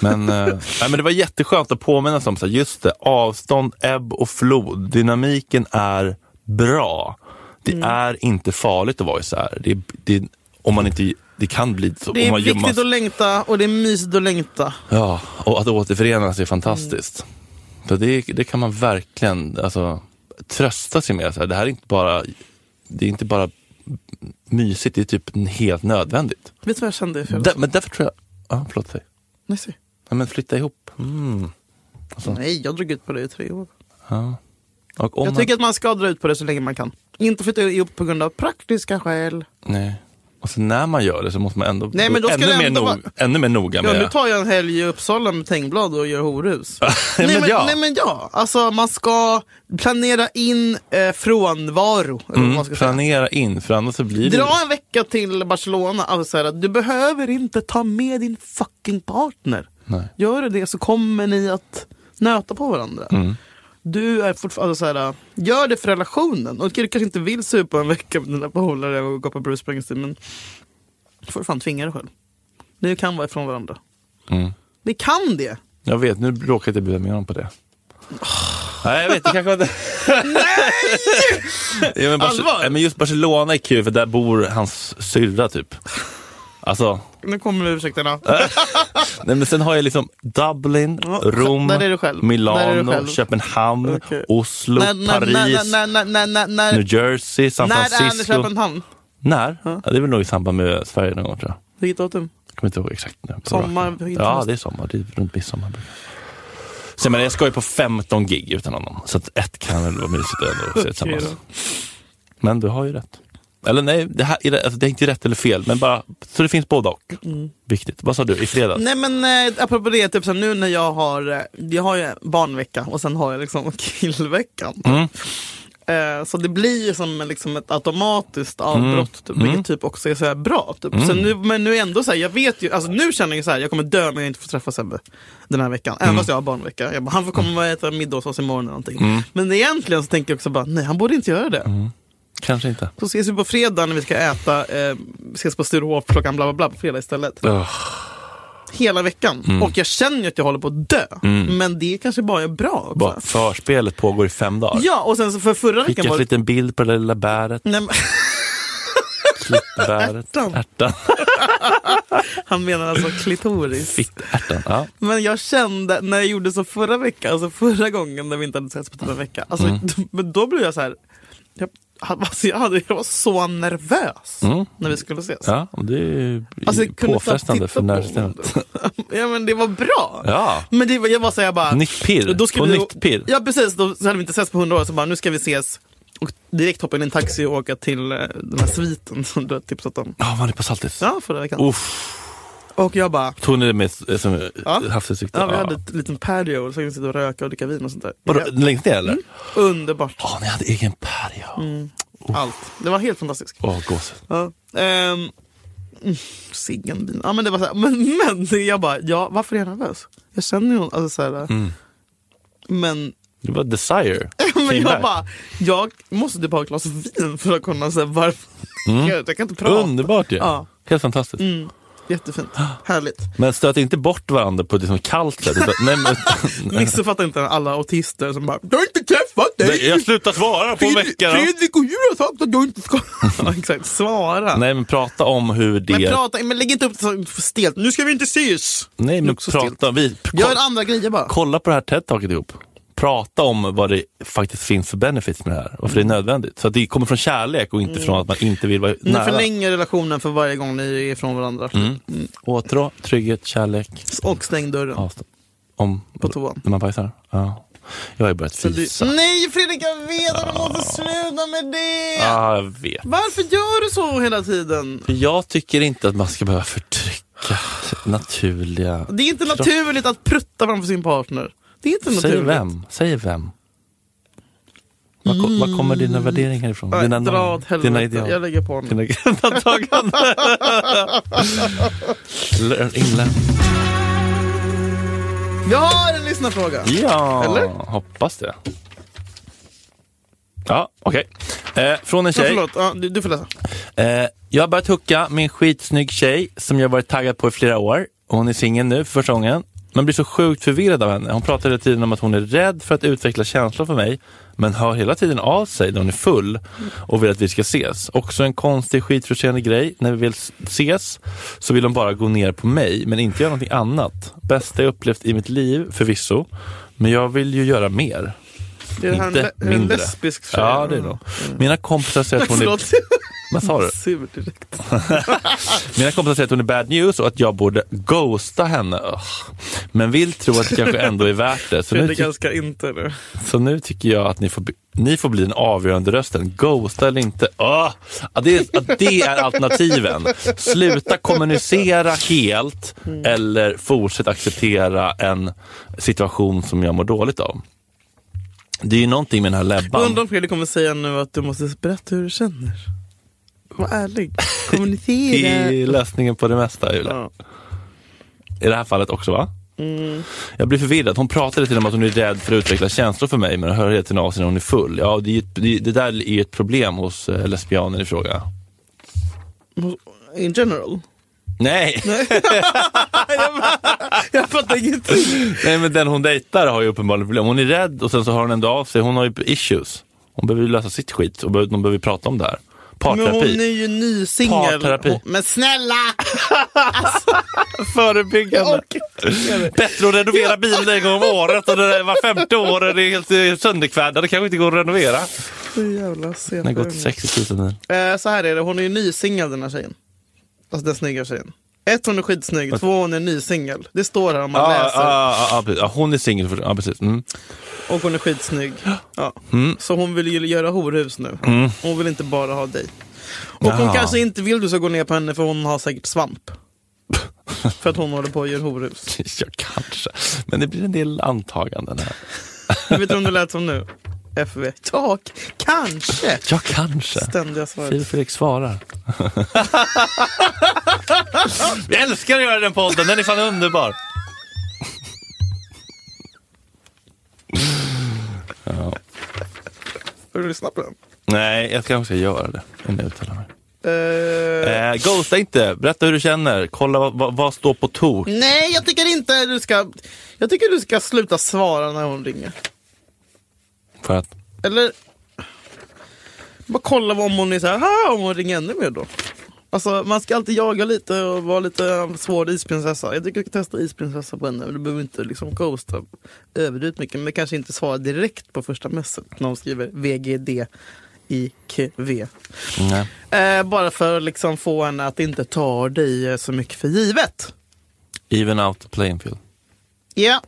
[SPEAKER 2] Men, eh, nej, men det var jätteskönt att påminna sig om, så här, just det, avstånd, ebb och flod. Dynamiken är bra. Det
[SPEAKER 3] Mm.
[SPEAKER 2] är inte farligt att vara isär. Det, det, om man inte, det kan bli så.
[SPEAKER 3] Det
[SPEAKER 2] om
[SPEAKER 3] är
[SPEAKER 2] man
[SPEAKER 3] viktigt
[SPEAKER 2] gömmer-
[SPEAKER 3] att längta och det är mysigt att längta.
[SPEAKER 2] Ja, och att återförenas är fantastiskt.
[SPEAKER 3] Mm.
[SPEAKER 2] Så det, det kan man verkligen alltså, trösta sig med. Så här, det här är inte bara, det är inte bara mysigt, det är typ helt nödvändigt.
[SPEAKER 3] Vet du vad jag kände? För
[SPEAKER 2] Där, men därför tror jag... Ja, förlåt. säg.
[SPEAKER 3] Nej, se.
[SPEAKER 2] Nej, men flytta ihop. Mm.
[SPEAKER 3] Nej, jag drog ut på det i tre år.
[SPEAKER 2] Ja. Och om
[SPEAKER 3] Jag tycker att man ska dra ut på det så länge man kan. Inte flytta ihop på grund av praktiska skäl.
[SPEAKER 2] man, nej. Och sen när man gör det så måste man ändå
[SPEAKER 3] Nej, men då ska
[SPEAKER 2] ännu,
[SPEAKER 3] det
[SPEAKER 2] mer
[SPEAKER 3] ändå
[SPEAKER 2] nog,
[SPEAKER 3] vara-
[SPEAKER 2] ännu mer noga
[SPEAKER 3] Ja,
[SPEAKER 2] med
[SPEAKER 3] nu tar jag en helg i Uppsala med tängblad och gör horhus.
[SPEAKER 2] men
[SPEAKER 3] nej, men,
[SPEAKER 2] ja.
[SPEAKER 3] nej men ja, alltså man ska planera in eh, frånvaro. eller vad man ska
[SPEAKER 2] mm,
[SPEAKER 3] säga.
[SPEAKER 2] planera in, för annars så blir det...
[SPEAKER 3] Dra en vecka till Barcelona. Alltså så här, att du behöver inte ta med din fucking partner.
[SPEAKER 2] Nej.
[SPEAKER 3] Gör du det så kommer ni att nöta på varandra.
[SPEAKER 2] Mm.
[SPEAKER 3] Du är fortfarande så här, gör det för relationen. Och du kanske inte vill supa en vecka med dina polare och gå på Bruce Springsteen. Men får du fan tvinga dig själv. Ni kan vara ifrån varandra.
[SPEAKER 2] Mm.
[SPEAKER 3] Ni kan det.
[SPEAKER 2] Jag vet, nu råkade jag bjuda med honom på det.
[SPEAKER 3] Ah.
[SPEAKER 2] Nej, jag vet, det kanske var det. Nej! ja, men, Barce-
[SPEAKER 3] Allvar?
[SPEAKER 2] Nej, men just Barcelona är kul, för där bor hans syrra typ. Alltså,
[SPEAKER 3] Nu kommer ursäkterna.
[SPEAKER 2] Äh, nej, men sen har jag liksom Dublin,
[SPEAKER 3] Ja,
[SPEAKER 2] Rom,
[SPEAKER 3] där är du själv. Där är du
[SPEAKER 2] Milano,
[SPEAKER 3] själv.
[SPEAKER 2] Köpenhamn,
[SPEAKER 3] Okej.
[SPEAKER 2] Oslo,
[SPEAKER 3] När- när-
[SPEAKER 2] Paris,
[SPEAKER 3] när- när- när- när- när- när-
[SPEAKER 2] New Jersey, San
[SPEAKER 3] När är Anders
[SPEAKER 2] Francisco.
[SPEAKER 3] Köpenhamn?
[SPEAKER 2] När? Ja. det är väl nog i samband med Sverige någon gång tror jag.
[SPEAKER 3] Vilket datum?
[SPEAKER 2] Jag kommer inte ihåg exakt nu. på
[SPEAKER 3] Sommar,
[SPEAKER 2] raken.
[SPEAKER 3] vinter,
[SPEAKER 2] Ja,
[SPEAKER 3] höst.
[SPEAKER 2] det är sommar. Det är runt midsommar. Så, men jag ska ju på 15 gig utan honom. Så att ett kan väl vara mysigt ändå att se tillsammans.
[SPEAKER 3] Okej
[SPEAKER 2] Men du har ju rätt. Eller nej, det, här, är- alltså, det är inte rätt eller fel. Men bara, så det finns både och. Viktigt. Vad sa du? I fredags?
[SPEAKER 3] Mm. Nej men eh, apropå det, typ, så här, nu när jag har, eh, jag har ju barnvecka och sen har jag liksom killveckan.
[SPEAKER 2] Mm.
[SPEAKER 3] Eh, så det blir ju som en- liksom ett automatiskt avbrott, typ, vilket typ också är så här bra. Typ. Så nu, men nu är ändå så här, jag vet ju, alltså nu känner jag så här, jag kommer dö om jag inte får träffa Sebbe den här veckan. Även fast jag har barnvecka. Jag bara, han får komma och äta middag hos oss imorgon eller någonting. Men egentligen så tänker jag också bara, nej han borde inte göra det.
[SPEAKER 2] Kanske inte.
[SPEAKER 3] Så ses vi på fredag när vi ska äta, eh, ses på Sturehof klockan bla bla bla på fredag istället.
[SPEAKER 2] Ugh.
[SPEAKER 3] Hela veckan.
[SPEAKER 2] Mm.
[SPEAKER 3] Och jag känner ju att jag håller på att dö. Men det kanske bara är bra också.
[SPEAKER 2] Bara, förspelet pågår i fem dagar.
[SPEAKER 3] Ja, och sen så för förra veckan
[SPEAKER 2] Skicka
[SPEAKER 3] var
[SPEAKER 2] en
[SPEAKER 3] det...
[SPEAKER 2] liten bild på det där lilla bäret.
[SPEAKER 3] Nej, men,
[SPEAKER 2] Klippbäret.
[SPEAKER 3] Ärtan.
[SPEAKER 2] Ärtan.
[SPEAKER 3] han menar alltså klitoris.
[SPEAKER 2] Fittärtan. Ja.
[SPEAKER 3] Men jag kände när jag gjorde så förra veckan, alltså förra gången när vi inte hade setts på typ en vecka. Alltså,
[SPEAKER 2] Mm.
[SPEAKER 3] Men då blev jag så här... Jag, alltså jag, hade, jag var så nervös
[SPEAKER 2] Mm.
[SPEAKER 3] när vi skulle ses.
[SPEAKER 2] ja, och det är ju
[SPEAKER 3] Alltså, jag kunde knappt
[SPEAKER 2] påfrestande
[SPEAKER 3] titta
[SPEAKER 2] för
[SPEAKER 3] på
[SPEAKER 2] nervsystemet.
[SPEAKER 3] honom. ja men det var bra.
[SPEAKER 2] Ja.
[SPEAKER 3] Men det, var- jag var så här, jag bara...
[SPEAKER 2] Nytt pirr.
[SPEAKER 3] Då skulle
[SPEAKER 2] På
[SPEAKER 3] vi-
[SPEAKER 2] nytt pirr.
[SPEAKER 3] Ja precis, då så hade vi inte setts på hundra år så bara nu ska vi ses. Och direkt hoppa in i en taxi och åka till eh, den här sviten som du har tipsat om.
[SPEAKER 2] Ja, var ni på Saltis?
[SPEAKER 3] Ja förra veckan.
[SPEAKER 2] Uff.
[SPEAKER 3] Och jag bara...
[SPEAKER 2] Tog ni det med eh, som
[SPEAKER 3] Ja.
[SPEAKER 2] ja. havsutsikter?
[SPEAKER 3] Ja, vi hade ett liten patio och så kunde vi sitta och röka och dricka vin och sånt där.
[SPEAKER 2] Vadå,
[SPEAKER 3] Ja,
[SPEAKER 2] längst ner
[SPEAKER 3] Mm.
[SPEAKER 2] eller?
[SPEAKER 3] Underbart.
[SPEAKER 2] Ja, ni hade egen patio.
[SPEAKER 3] Mm. Allt. Det var helt fantastiskt.
[SPEAKER 2] Åh, gåshud.
[SPEAKER 3] Ja. Ehm, mm, ciggen, vin. Ja, men det var så här, men, men jag bara, ja, varför är jag nervös? Jag känner ju någon, alltså så här,
[SPEAKER 2] Mm.
[SPEAKER 3] men,
[SPEAKER 2] Det var Desire. Came
[SPEAKER 3] men jag
[SPEAKER 2] back.
[SPEAKER 3] bara, jag måste typ ha ett glas vin för att kunna säga varför.
[SPEAKER 2] Mm.
[SPEAKER 3] Jag, jag kan inte prata.
[SPEAKER 2] Underbart ju.
[SPEAKER 3] Ja. Mm.
[SPEAKER 2] Helt fantastiskt.
[SPEAKER 3] Jättefint. Härligt.
[SPEAKER 2] Men stöt inte bort varandra på det som är kallt sätt. utan- Nej, men,
[SPEAKER 3] Missuppfatta inte alla autister som bara, jag har inte träffat
[SPEAKER 2] Nej,
[SPEAKER 3] dig.
[SPEAKER 2] jag slutar svara på en
[SPEAKER 3] Fred-
[SPEAKER 2] vecka. då.
[SPEAKER 3] Fredrik och Julia har sagt att jag inte ska... ja, exakt, svara.
[SPEAKER 2] Mm. Nej, men prata om hur det...
[SPEAKER 3] Men prata, men lägg inte upp det så stelt. Nu ska vi inte ses!
[SPEAKER 2] Nej, men
[SPEAKER 3] Nog så stelt.
[SPEAKER 2] prata... Vi,
[SPEAKER 3] Gör andra grejer bara.
[SPEAKER 2] kolla på det här TED-taket ihop. Prata om vad det faktiskt finns för benefits med det här. Varför
[SPEAKER 3] Mm.
[SPEAKER 2] det är nödvändigt. Så att det kommer från kärlek och inte från att man inte vill vara
[SPEAKER 3] Ni
[SPEAKER 2] nära. Mm.
[SPEAKER 3] förlänger relationen för varje gång ni är ifrån varandra.
[SPEAKER 2] Åtrå, trygghet, kärlek,
[SPEAKER 3] Och stäng dörren.
[SPEAKER 2] avstånd. Om,
[SPEAKER 3] På toan.
[SPEAKER 2] När man bajsar? Ja. Jag har ju börjat
[SPEAKER 3] Så du,
[SPEAKER 2] fisa. Ah.
[SPEAKER 3] nej Fredrik, jag vet att du måste sluta med det!
[SPEAKER 2] Ja, jag vet.
[SPEAKER 3] Varför gör du så hela tiden?
[SPEAKER 2] Jag tycker inte att man ska behöva förtrycka naturliga...
[SPEAKER 3] Det är inte naturligt att prutta framför sin partner. Det är inte
[SPEAKER 2] Säg
[SPEAKER 3] naturligt.
[SPEAKER 2] vem? Säg vem? Var, ko- var kommer dina värderingar ifrån?
[SPEAKER 3] Nej,
[SPEAKER 2] dina
[SPEAKER 3] Mm. dra åt helvete.
[SPEAKER 2] dina ideal?
[SPEAKER 3] Jag lägger på honom.
[SPEAKER 2] Dina grundantaganden. Learn England.
[SPEAKER 3] Jag har en lyssnarfråga.
[SPEAKER 2] Ja,
[SPEAKER 3] Eller?
[SPEAKER 2] hoppas det. Ja, okej. Eh, från en
[SPEAKER 3] Ja,
[SPEAKER 2] tjej.
[SPEAKER 3] förlåt, ja, du, du får läsa.
[SPEAKER 2] Eh, jag har börjat hooka med en skitsnygg tjej som jag varit taggad på i flera år. Och hon är singel nu för första gången. Man blir så sjukt förvirrad av henne. Hon pratar hela tiden om att hon är rädd för att utveckla känslor för mig. Men hör hela tiden av sig när hon är full och vill att vi ska ses. Också en konstig skitfrustrerande grej. När vi vill s- ses så vill hon bara gå ner på mig men inte göra någonting annat. Bästa jag upplevt i mitt liv förvisso. Men jag vill ju göra mer.
[SPEAKER 3] Det är det här en,
[SPEAKER 2] Inte
[SPEAKER 3] le- en
[SPEAKER 2] mindre.
[SPEAKER 3] lesbisk tjej. Mm.
[SPEAKER 2] Ja, det är nog. Mina kompisar säger att hon är...
[SPEAKER 3] Förlåt.
[SPEAKER 2] Vad sa du?
[SPEAKER 3] Sur direkt.
[SPEAKER 2] Mina kompisar säger att hon är bad news och att jag borde ghosta henne. Ugh. Men vill tro att det kanske ändå är värt det. Så nu,
[SPEAKER 3] Fredrik
[SPEAKER 2] ty-
[SPEAKER 3] älskar inte det.
[SPEAKER 2] så nu tycker jag att ni får, bli- ni får bli den avgörande rösten. Ghosta eller inte. Ugh. Att, det, att det är alternativen. Sluta kommunicera helt
[SPEAKER 3] Mm.
[SPEAKER 2] eller fortsätt acceptera en situation som jag mår dåligt av. Det är ju någonting med den här
[SPEAKER 3] Jag undrar
[SPEAKER 2] läbban.
[SPEAKER 3] om Fredrik kommer säga nu att du måste berätta hur du känner. Var ärlig. Kommunicera.
[SPEAKER 2] I lösningen på det mesta, Julia.
[SPEAKER 3] Ja.
[SPEAKER 2] I det här fallet också va? Jag blir förvirrad. Hon pratade till och med att hon är rädd för att utveckla känslor för mig men hör hela tiden av sig när hon är full. Ja, det, är ju ett, det, det där är ju ett problem hos eh, lesbianer i fråga.
[SPEAKER 3] In general.
[SPEAKER 2] Nej!
[SPEAKER 3] Jag fattar ingenting.
[SPEAKER 2] Nej men den hon dejtar har ju uppenbarligen problem. Hon är rädd och sen så hör hon ändå av sig. Hon har ju issues. Hon behöver ju lösa sitt skit och behöver, de behöver ju prata om det här.
[SPEAKER 3] Men hon är
[SPEAKER 2] Parterapi.
[SPEAKER 3] ju nysingel.
[SPEAKER 2] Parterapi.
[SPEAKER 3] Hon- Men snälla! alltså, förebyggande.
[SPEAKER 2] Bättre att renovera bilen en gång om året och det där var femte år och det är helt eh, sönderkvärdad. Det kanske inte går att renovera.
[SPEAKER 3] Så jävla sen.
[SPEAKER 2] Den har gått 60 000 mil.
[SPEAKER 3] Eh, Så här är det, hon är ju nysingel den här tjejen. Alltså den snygga tjejen. Ett, hon är skitsnygg. Två, hon är nysingel. Det står här om man
[SPEAKER 2] Ja,
[SPEAKER 3] läser.
[SPEAKER 2] ja, ja, precis. Ja, hon är singel. för- Ja, precis. Mm.
[SPEAKER 3] Och hon är skitsnygg. Ja. Så hon vill ju göra horhus nu. Hon vill inte bara ha dig. Och hon
[SPEAKER 2] Jaha.
[SPEAKER 3] kanske inte vill du ska gå ner på henne för hon har säkert svamp. för att hon håller på och gör horhus.
[SPEAKER 2] Ja, kanske. Men det blir en del antaganden här.
[SPEAKER 3] Vet du om det lät som nu? FV. Ja, k- kanske.
[SPEAKER 2] Ja, kanske.
[SPEAKER 3] Ständiga svaret.
[SPEAKER 2] Filip Fredrik svarar. Vi älskar att göra den podden, den är fan underbar.
[SPEAKER 3] Har du lyssnat på den?
[SPEAKER 2] Nej, jag kanske ska göra det innan jag uttalar mig.
[SPEAKER 3] Eh,
[SPEAKER 2] Eh, ghosta inte, berätta hur du känner. Kolla vad, vad, vad står på tok.
[SPEAKER 3] Nej, jag tycker inte du ska... Jag tycker du ska sluta svara när hon ringer.
[SPEAKER 2] För att,
[SPEAKER 3] Eller... Bara kolla vad om hon är så här, "Ha", om hon ringer ännu mer då. Alltså man ska alltid jaga lite och vara lite svår isprinsessa. Jag tycker du ska testa isprinsessa på henne. men Du behöver inte liksom ghosta överdrivet mycket. Men kanske inte svara direkt på första messet när hon skriver VGD i KV.
[SPEAKER 2] nej.
[SPEAKER 3] Eh, bara för att liksom få henne att inte ta dig eh, så mycket för givet.
[SPEAKER 2] Even out the playing field.
[SPEAKER 3] Ja.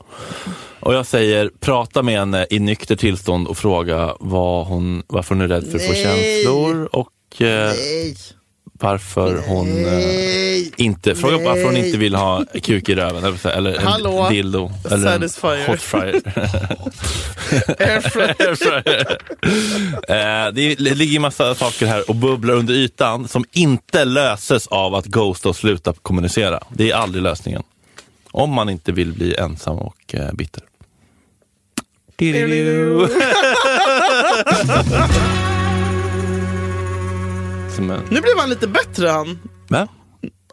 [SPEAKER 2] Och jag säger, prata med henne i nykter tillstånd och fråga vad hon, varför hon är rädd för att få
[SPEAKER 3] Nej.
[SPEAKER 2] känslor och eh,
[SPEAKER 3] Nej.
[SPEAKER 2] varför hon eh,
[SPEAKER 3] Nej.
[SPEAKER 2] inte, fråga
[SPEAKER 3] Nej.
[SPEAKER 2] varför hon inte vill ha kuk i röven eller, så- eller en
[SPEAKER 3] Hallå.
[SPEAKER 2] dildo. Eller
[SPEAKER 3] Satisfyer.
[SPEAKER 2] en hot fryer.
[SPEAKER 3] Airfryer.
[SPEAKER 2] Eh, det ligger en massa saker här och bubblar under ytan som inte löses av att ghosta och sluta kommunicera. Det är aldrig lösningen. Om man inte vill bli ensam och eh, bitter. Som en...
[SPEAKER 3] Nu blev han lite bättre han.
[SPEAKER 2] Va?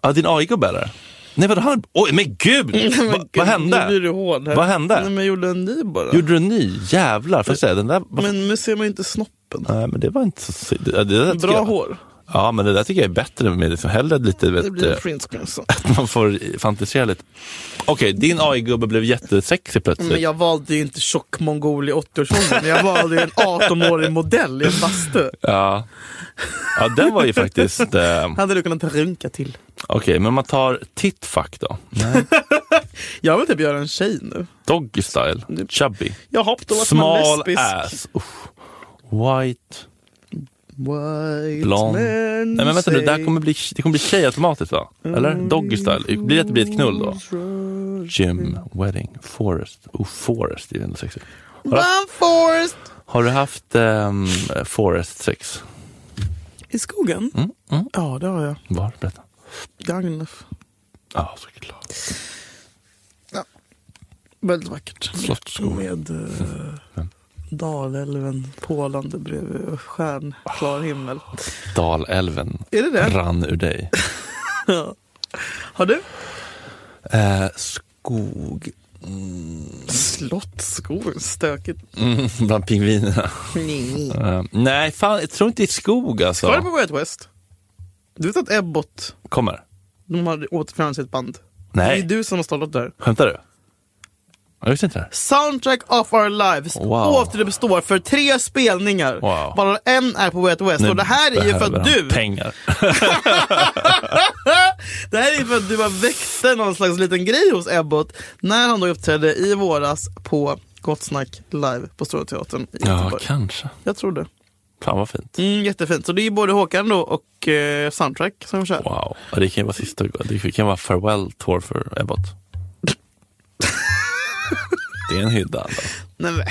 [SPEAKER 2] Ja, din AI-gubbe eller? Nej vadå, han... Oj, men gud! Va, vad
[SPEAKER 3] Nu blir
[SPEAKER 2] hände?
[SPEAKER 3] du hård här.
[SPEAKER 2] Vad hände?
[SPEAKER 3] Nej, men jag gjorde en ny bara.
[SPEAKER 2] Gjorde du en ny? Jävlar, får jag säga, den där...
[SPEAKER 3] Men nu ser man ju inte snoppen.
[SPEAKER 2] Nej, men det var inte så... sy- Det, det där tycker
[SPEAKER 3] Bra
[SPEAKER 2] jag...
[SPEAKER 3] hår.
[SPEAKER 2] Ja, men det där tycker jag är bättre med det. Hellre lite, vet,
[SPEAKER 3] Det blir
[SPEAKER 2] eh,
[SPEAKER 3] en prins Crimson.
[SPEAKER 2] att man får fantisera lite. Okej, din AI-gubbe blev jättesexig plötsligt.
[SPEAKER 3] Men Mm, jag valde ju inte tjock mongol i 80-årsåldern. Jag valde ju en 18-årig modell i en bastu.
[SPEAKER 2] Ja. ja, den var ju faktiskt... Eh, Okej,
[SPEAKER 3] Hade du kunnat runka till.
[SPEAKER 2] men om man tar tittfack då.
[SPEAKER 3] Jag vill typ göra en tjej nu.
[SPEAKER 2] Doggy style, chubby,
[SPEAKER 3] Jag hopp, då vart man
[SPEAKER 2] smal
[SPEAKER 3] lesbisk.
[SPEAKER 2] ass. Usch. White,
[SPEAKER 3] White
[SPEAKER 2] blond.
[SPEAKER 3] men Mm.
[SPEAKER 2] Nej men vänta nu, det här kommer bli, det kommer bli tjej automatiskt va? Eller? Doggy style. Det Blir det att det blir ett knull då? Gym, wedding, forest. Oh, forest det är ju ändå sexigt.
[SPEAKER 3] Van Forest!
[SPEAKER 2] Har du haft ehm, forest sex?
[SPEAKER 3] I skogen?
[SPEAKER 2] Mm.
[SPEAKER 3] Ja, det har jag.
[SPEAKER 2] Var? Berätta.
[SPEAKER 3] Gagnef.
[SPEAKER 2] Ja, såklart.
[SPEAKER 3] Väldigt vackert.
[SPEAKER 2] Slottsskog.
[SPEAKER 3] Med eh, Dalälven pålande bredvid och stjärnklar himmel.
[SPEAKER 2] Dalälven
[SPEAKER 3] Är det det?
[SPEAKER 2] rann ur dig.
[SPEAKER 3] Har du?
[SPEAKER 2] Eh, skog.
[SPEAKER 3] Slottsskogen, stökigt.
[SPEAKER 2] Mm, bland pingvinerna.
[SPEAKER 3] Nej.
[SPEAKER 2] Eh, nej, fan, jag tror inte i skog
[SPEAKER 3] Var det
[SPEAKER 2] alltså.
[SPEAKER 3] på Way Out West? Du vet att Ebbot,
[SPEAKER 2] Kommer.
[SPEAKER 3] de har återförenat sitt band.
[SPEAKER 2] Nej.
[SPEAKER 3] Det är du som har startat det här.
[SPEAKER 2] Skämtar du? Jag visste inte det här.
[SPEAKER 3] Soundtrack of our lives.
[SPEAKER 2] Wow.
[SPEAKER 3] Åter består för tre spelningar.
[SPEAKER 2] Wow.
[SPEAKER 3] Bara en är på Way Out West. Och det här är ju för
[SPEAKER 2] behöver
[SPEAKER 3] att
[SPEAKER 2] han
[SPEAKER 3] du
[SPEAKER 2] Pengar.
[SPEAKER 3] Det här är för att du har väckte någon slags liten grej hos Ebbot när han då uppträdde i våras på Gott Snack live på Stora Teatern i
[SPEAKER 2] Ja,
[SPEAKER 3] Göteborg.
[SPEAKER 2] kanske.
[SPEAKER 3] Jag tror det.
[SPEAKER 2] Fan vad fint.
[SPEAKER 3] Mm, jättefint. Så det är ju både Håkan då och eh, Soundtrack som kör.
[SPEAKER 2] Wow. Ja, Det kan ju vara sista, det kan vara farewell tour för Ebbot. det är en hydda. Alltså.
[SPEAKER 3] Nej, men.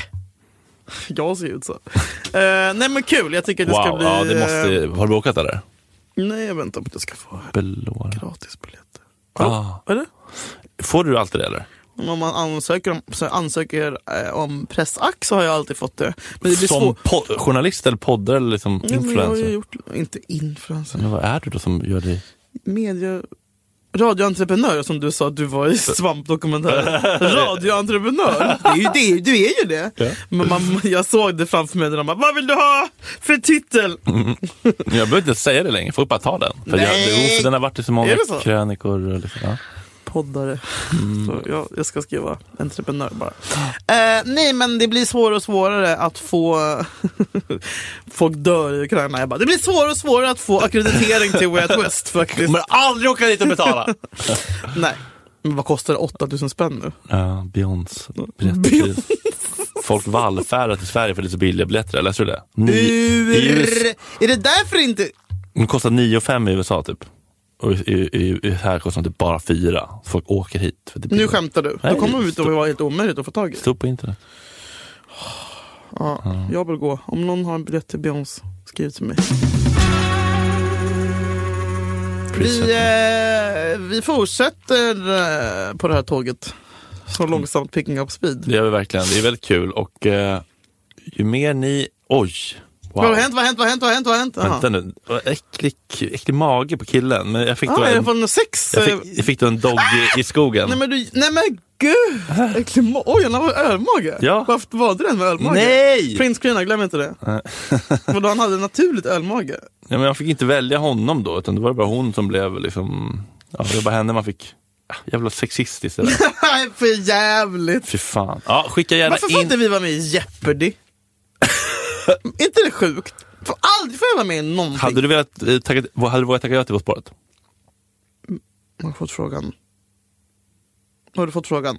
[SPEAKER 3] Jag ser ut så. Eh, nej men kul, jag tycker det ska
[SPEAKER 2] Wow,
[SPEAKER 3] bli...
[SPEAKER 2] ja, det
[SPEAKER 3] eh,
[SPEAKER 2] måste, har du åkat där?
[SPEAKER 3] nej jag väntar på att jag ska få
[SPEAKER 2] Belora.
[SPEAKER 3] gratisbiljetter.
[SPEAKER 2] Ah.
[SPEAKER 3] Eller?
[SPEAKER 2] Får du alltid det eller?
[SPEAKER 3] Om man ansöker om, så ansöker, eh, om pressack så har jag alltid fått det. Men det blir
[SPEAKER 2] Som
[SPEAKER 3] svårt.
[SPEAKER 2] po- journalist eller poddare eller liksom
[SPEAKER 3] Nej, men jag har
[SPEAKER 2] influencer?
[SPEAKER 3] ju gjort, inte influencer.
[SPEAKER 2] Men vad är du då som gör dig...
[SPEAKER 3] media... radioentreprenör som du sa att du var i svampdokumentären. radioentreprenör, det är ju det, du är ju det.
[SPEAKER 2] Ja.
[SPEAKER 3] Men man, jag såg det framför mig när de bara, vad vill du ha för titel?
[SPEAKER 2] Jag behöver inte säga det längre, folk bara ta den. För jag,
[SPEAKER 3] Nej.
[SPEAKER 2] det, för den har varit i så många
[SPEAKER 3] Är det så?
[SPEAKER 2] krönikor. och Liksom, ja.
[SPEAKER 3] Poddare.
[SPEAKER 2] Mm.
[SPEAKER 3] Så jag, jag ska skriva entreprenör bara. Eh, nej men det blir svårare och svårare att få... Folk dör i Ukraina. Jag bara, det blir svårare och svårare att få ackreditering till Way Out West faktiskt.
[SPEAKER 2] Kommer aldrig åka dit och betala!
[SPEAKER 3] Nej. Men vad kostar det? 8000 spänn nu?
[SPEAKER 2] Ja, Beyoncé. Biljettpris. Folk vallfärdar till Sverige för lite så billiga biljetter, läste du det? Ni, i
[SPEAKER 3] Ur...
[SPEAKER 2] US,
[SPEAKER 3] Är det därför inte...
[SPEAKER 2] de kostar 9 5 i USA typ. Och i, i, i, här kostar de typ bara 4. Så folk åker hit. För det är
[SPEAKER 3] Nu
[SPEAKER 2] billigt.
[SPEAKER 3] skämtar du.
[SPEAKER 2] Nej,
[SPEAKER 3] Då kommer vi ut
[SPEAKER 2] stå-
[SPEAKER 3] och vara helt omöjligt att få tag i.
[SPEAKER 2] Stå på internet.
[SPEAKER 3] Ja, jag vill gå. Om någon har en biljett till Beyoncé, skriv till mig. Vi,
[SPEAKER 2] Preset.
[SPEAKER 3] eh, vi fortsätter eh, på det här tåget. Så
[SPEAKER 2] Mm.
[SPEAKER 3] långsamt picking up speed.
[SPEAKER 2] Det gör vi verkligen. Det är väldigt kul. Och eh, ju mer ni... Oj! Wow.
[SPEAKER 3] Vad har hänt? Vad har hänt? Vad har hänt? Vad har hänt? Vad har hänt? Jaha.
[SPEAKER 2] Vänta nu. Vad Äcklig, äcklig mage på killen. Men jag fick då
[SPEAKER 3] Ah, jag
[SPEAKER 2] en,
[SPEAKER 3] får en sex.
[SPEAKER 2] jag
[SPEAKER 3] eh,
[SPEAKER 2] fick, jag fick då en dogge i skogen.
[SPEAKER 3] Nej men, du, nej men gud! Äcklig ma- Oj, han har ölmage.
[SPEAKER 2] Ja.
[SPEAKER 3] Varför valde du den med ölmage?
[SPEAKER 2] Nej!
[SPEAKER 3] Prince Screena, glöm inte det. Vadå, han hade naturligt ölmage.
[SPEAKER 2] Ja, men jag fick inte välja honom då, utan det var bara hon som blev liksom... Ja, det var bara henne man fick... Ah, Jävla sexistiskt det där.
[SPEAKER 3] Nej, för jävligt.
[SPEAKER 2] Fy fan. Ja, skicka gärna
[SPEAKER 3] Varför får
[SPEAKER 2] in...
[SPEAKER 3] inte vi vara med i Jeopardy? Är inte det sjukt? Får aldrig får jag vara med i någonting.
[SPEAKER 2] Hade du, velat, eh, tacka, vad- hade du vågat tacka ja till På spåret?
[SPEAKER 3] Man har fått frågan. Har du fått frågan?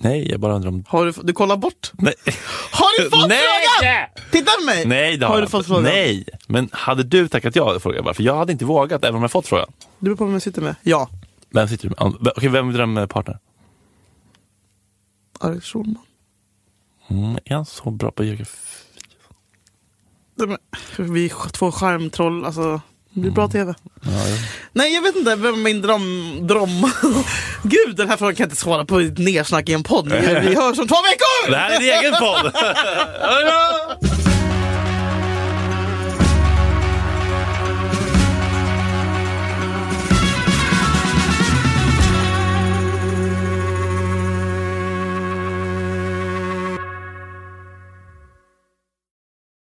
[SPEAKER 2] Nej, jag bara undrar om...
[SPEAKER 3] Har du, f- du kollar bort?
[SPEAKER 2] Nej,
[SPEAKER 3] Har du fått
[SPEAKER 2] Nej!
[SPEAKER 3] frågan? Titta på mig!
[SPEAKER 2] Nej det har,
[SPEAKER 3] har
[SPEAKER 2] jag
[SPEAKER 3] du fått
[SPEAKER 2] inte.
[SPEAKER 3] frågan?
[SPEAKER 2] Nej, men hade du tackat ja? Frågar jag bara. För jag hade inte vågat, även om jag fått frågan.
[SPEAKER 3] Du beror på vem jag sitter med. Ja.
[SPEAKER 2] Vem sitter du med? Okej, vem är drömpartner?
[SPEAKER 3] Ari Schulman.
[SPEAKER 2] Mm, är han så bra på geografi?
[SPEAKER 3] Nej, men, Vi är två skärmtroll, alltså. Det blir
[SPEAKER 2] Mm.
[SPEAKER 3] bra tv. Nej, jag vet inte vem min dröm... dröm. Gud, den här frågan kan jag inte svara på i ett nersnack i en podd. Vi vi hörs om två veckor!
[SPEAKER 2] Det här är en egen podd!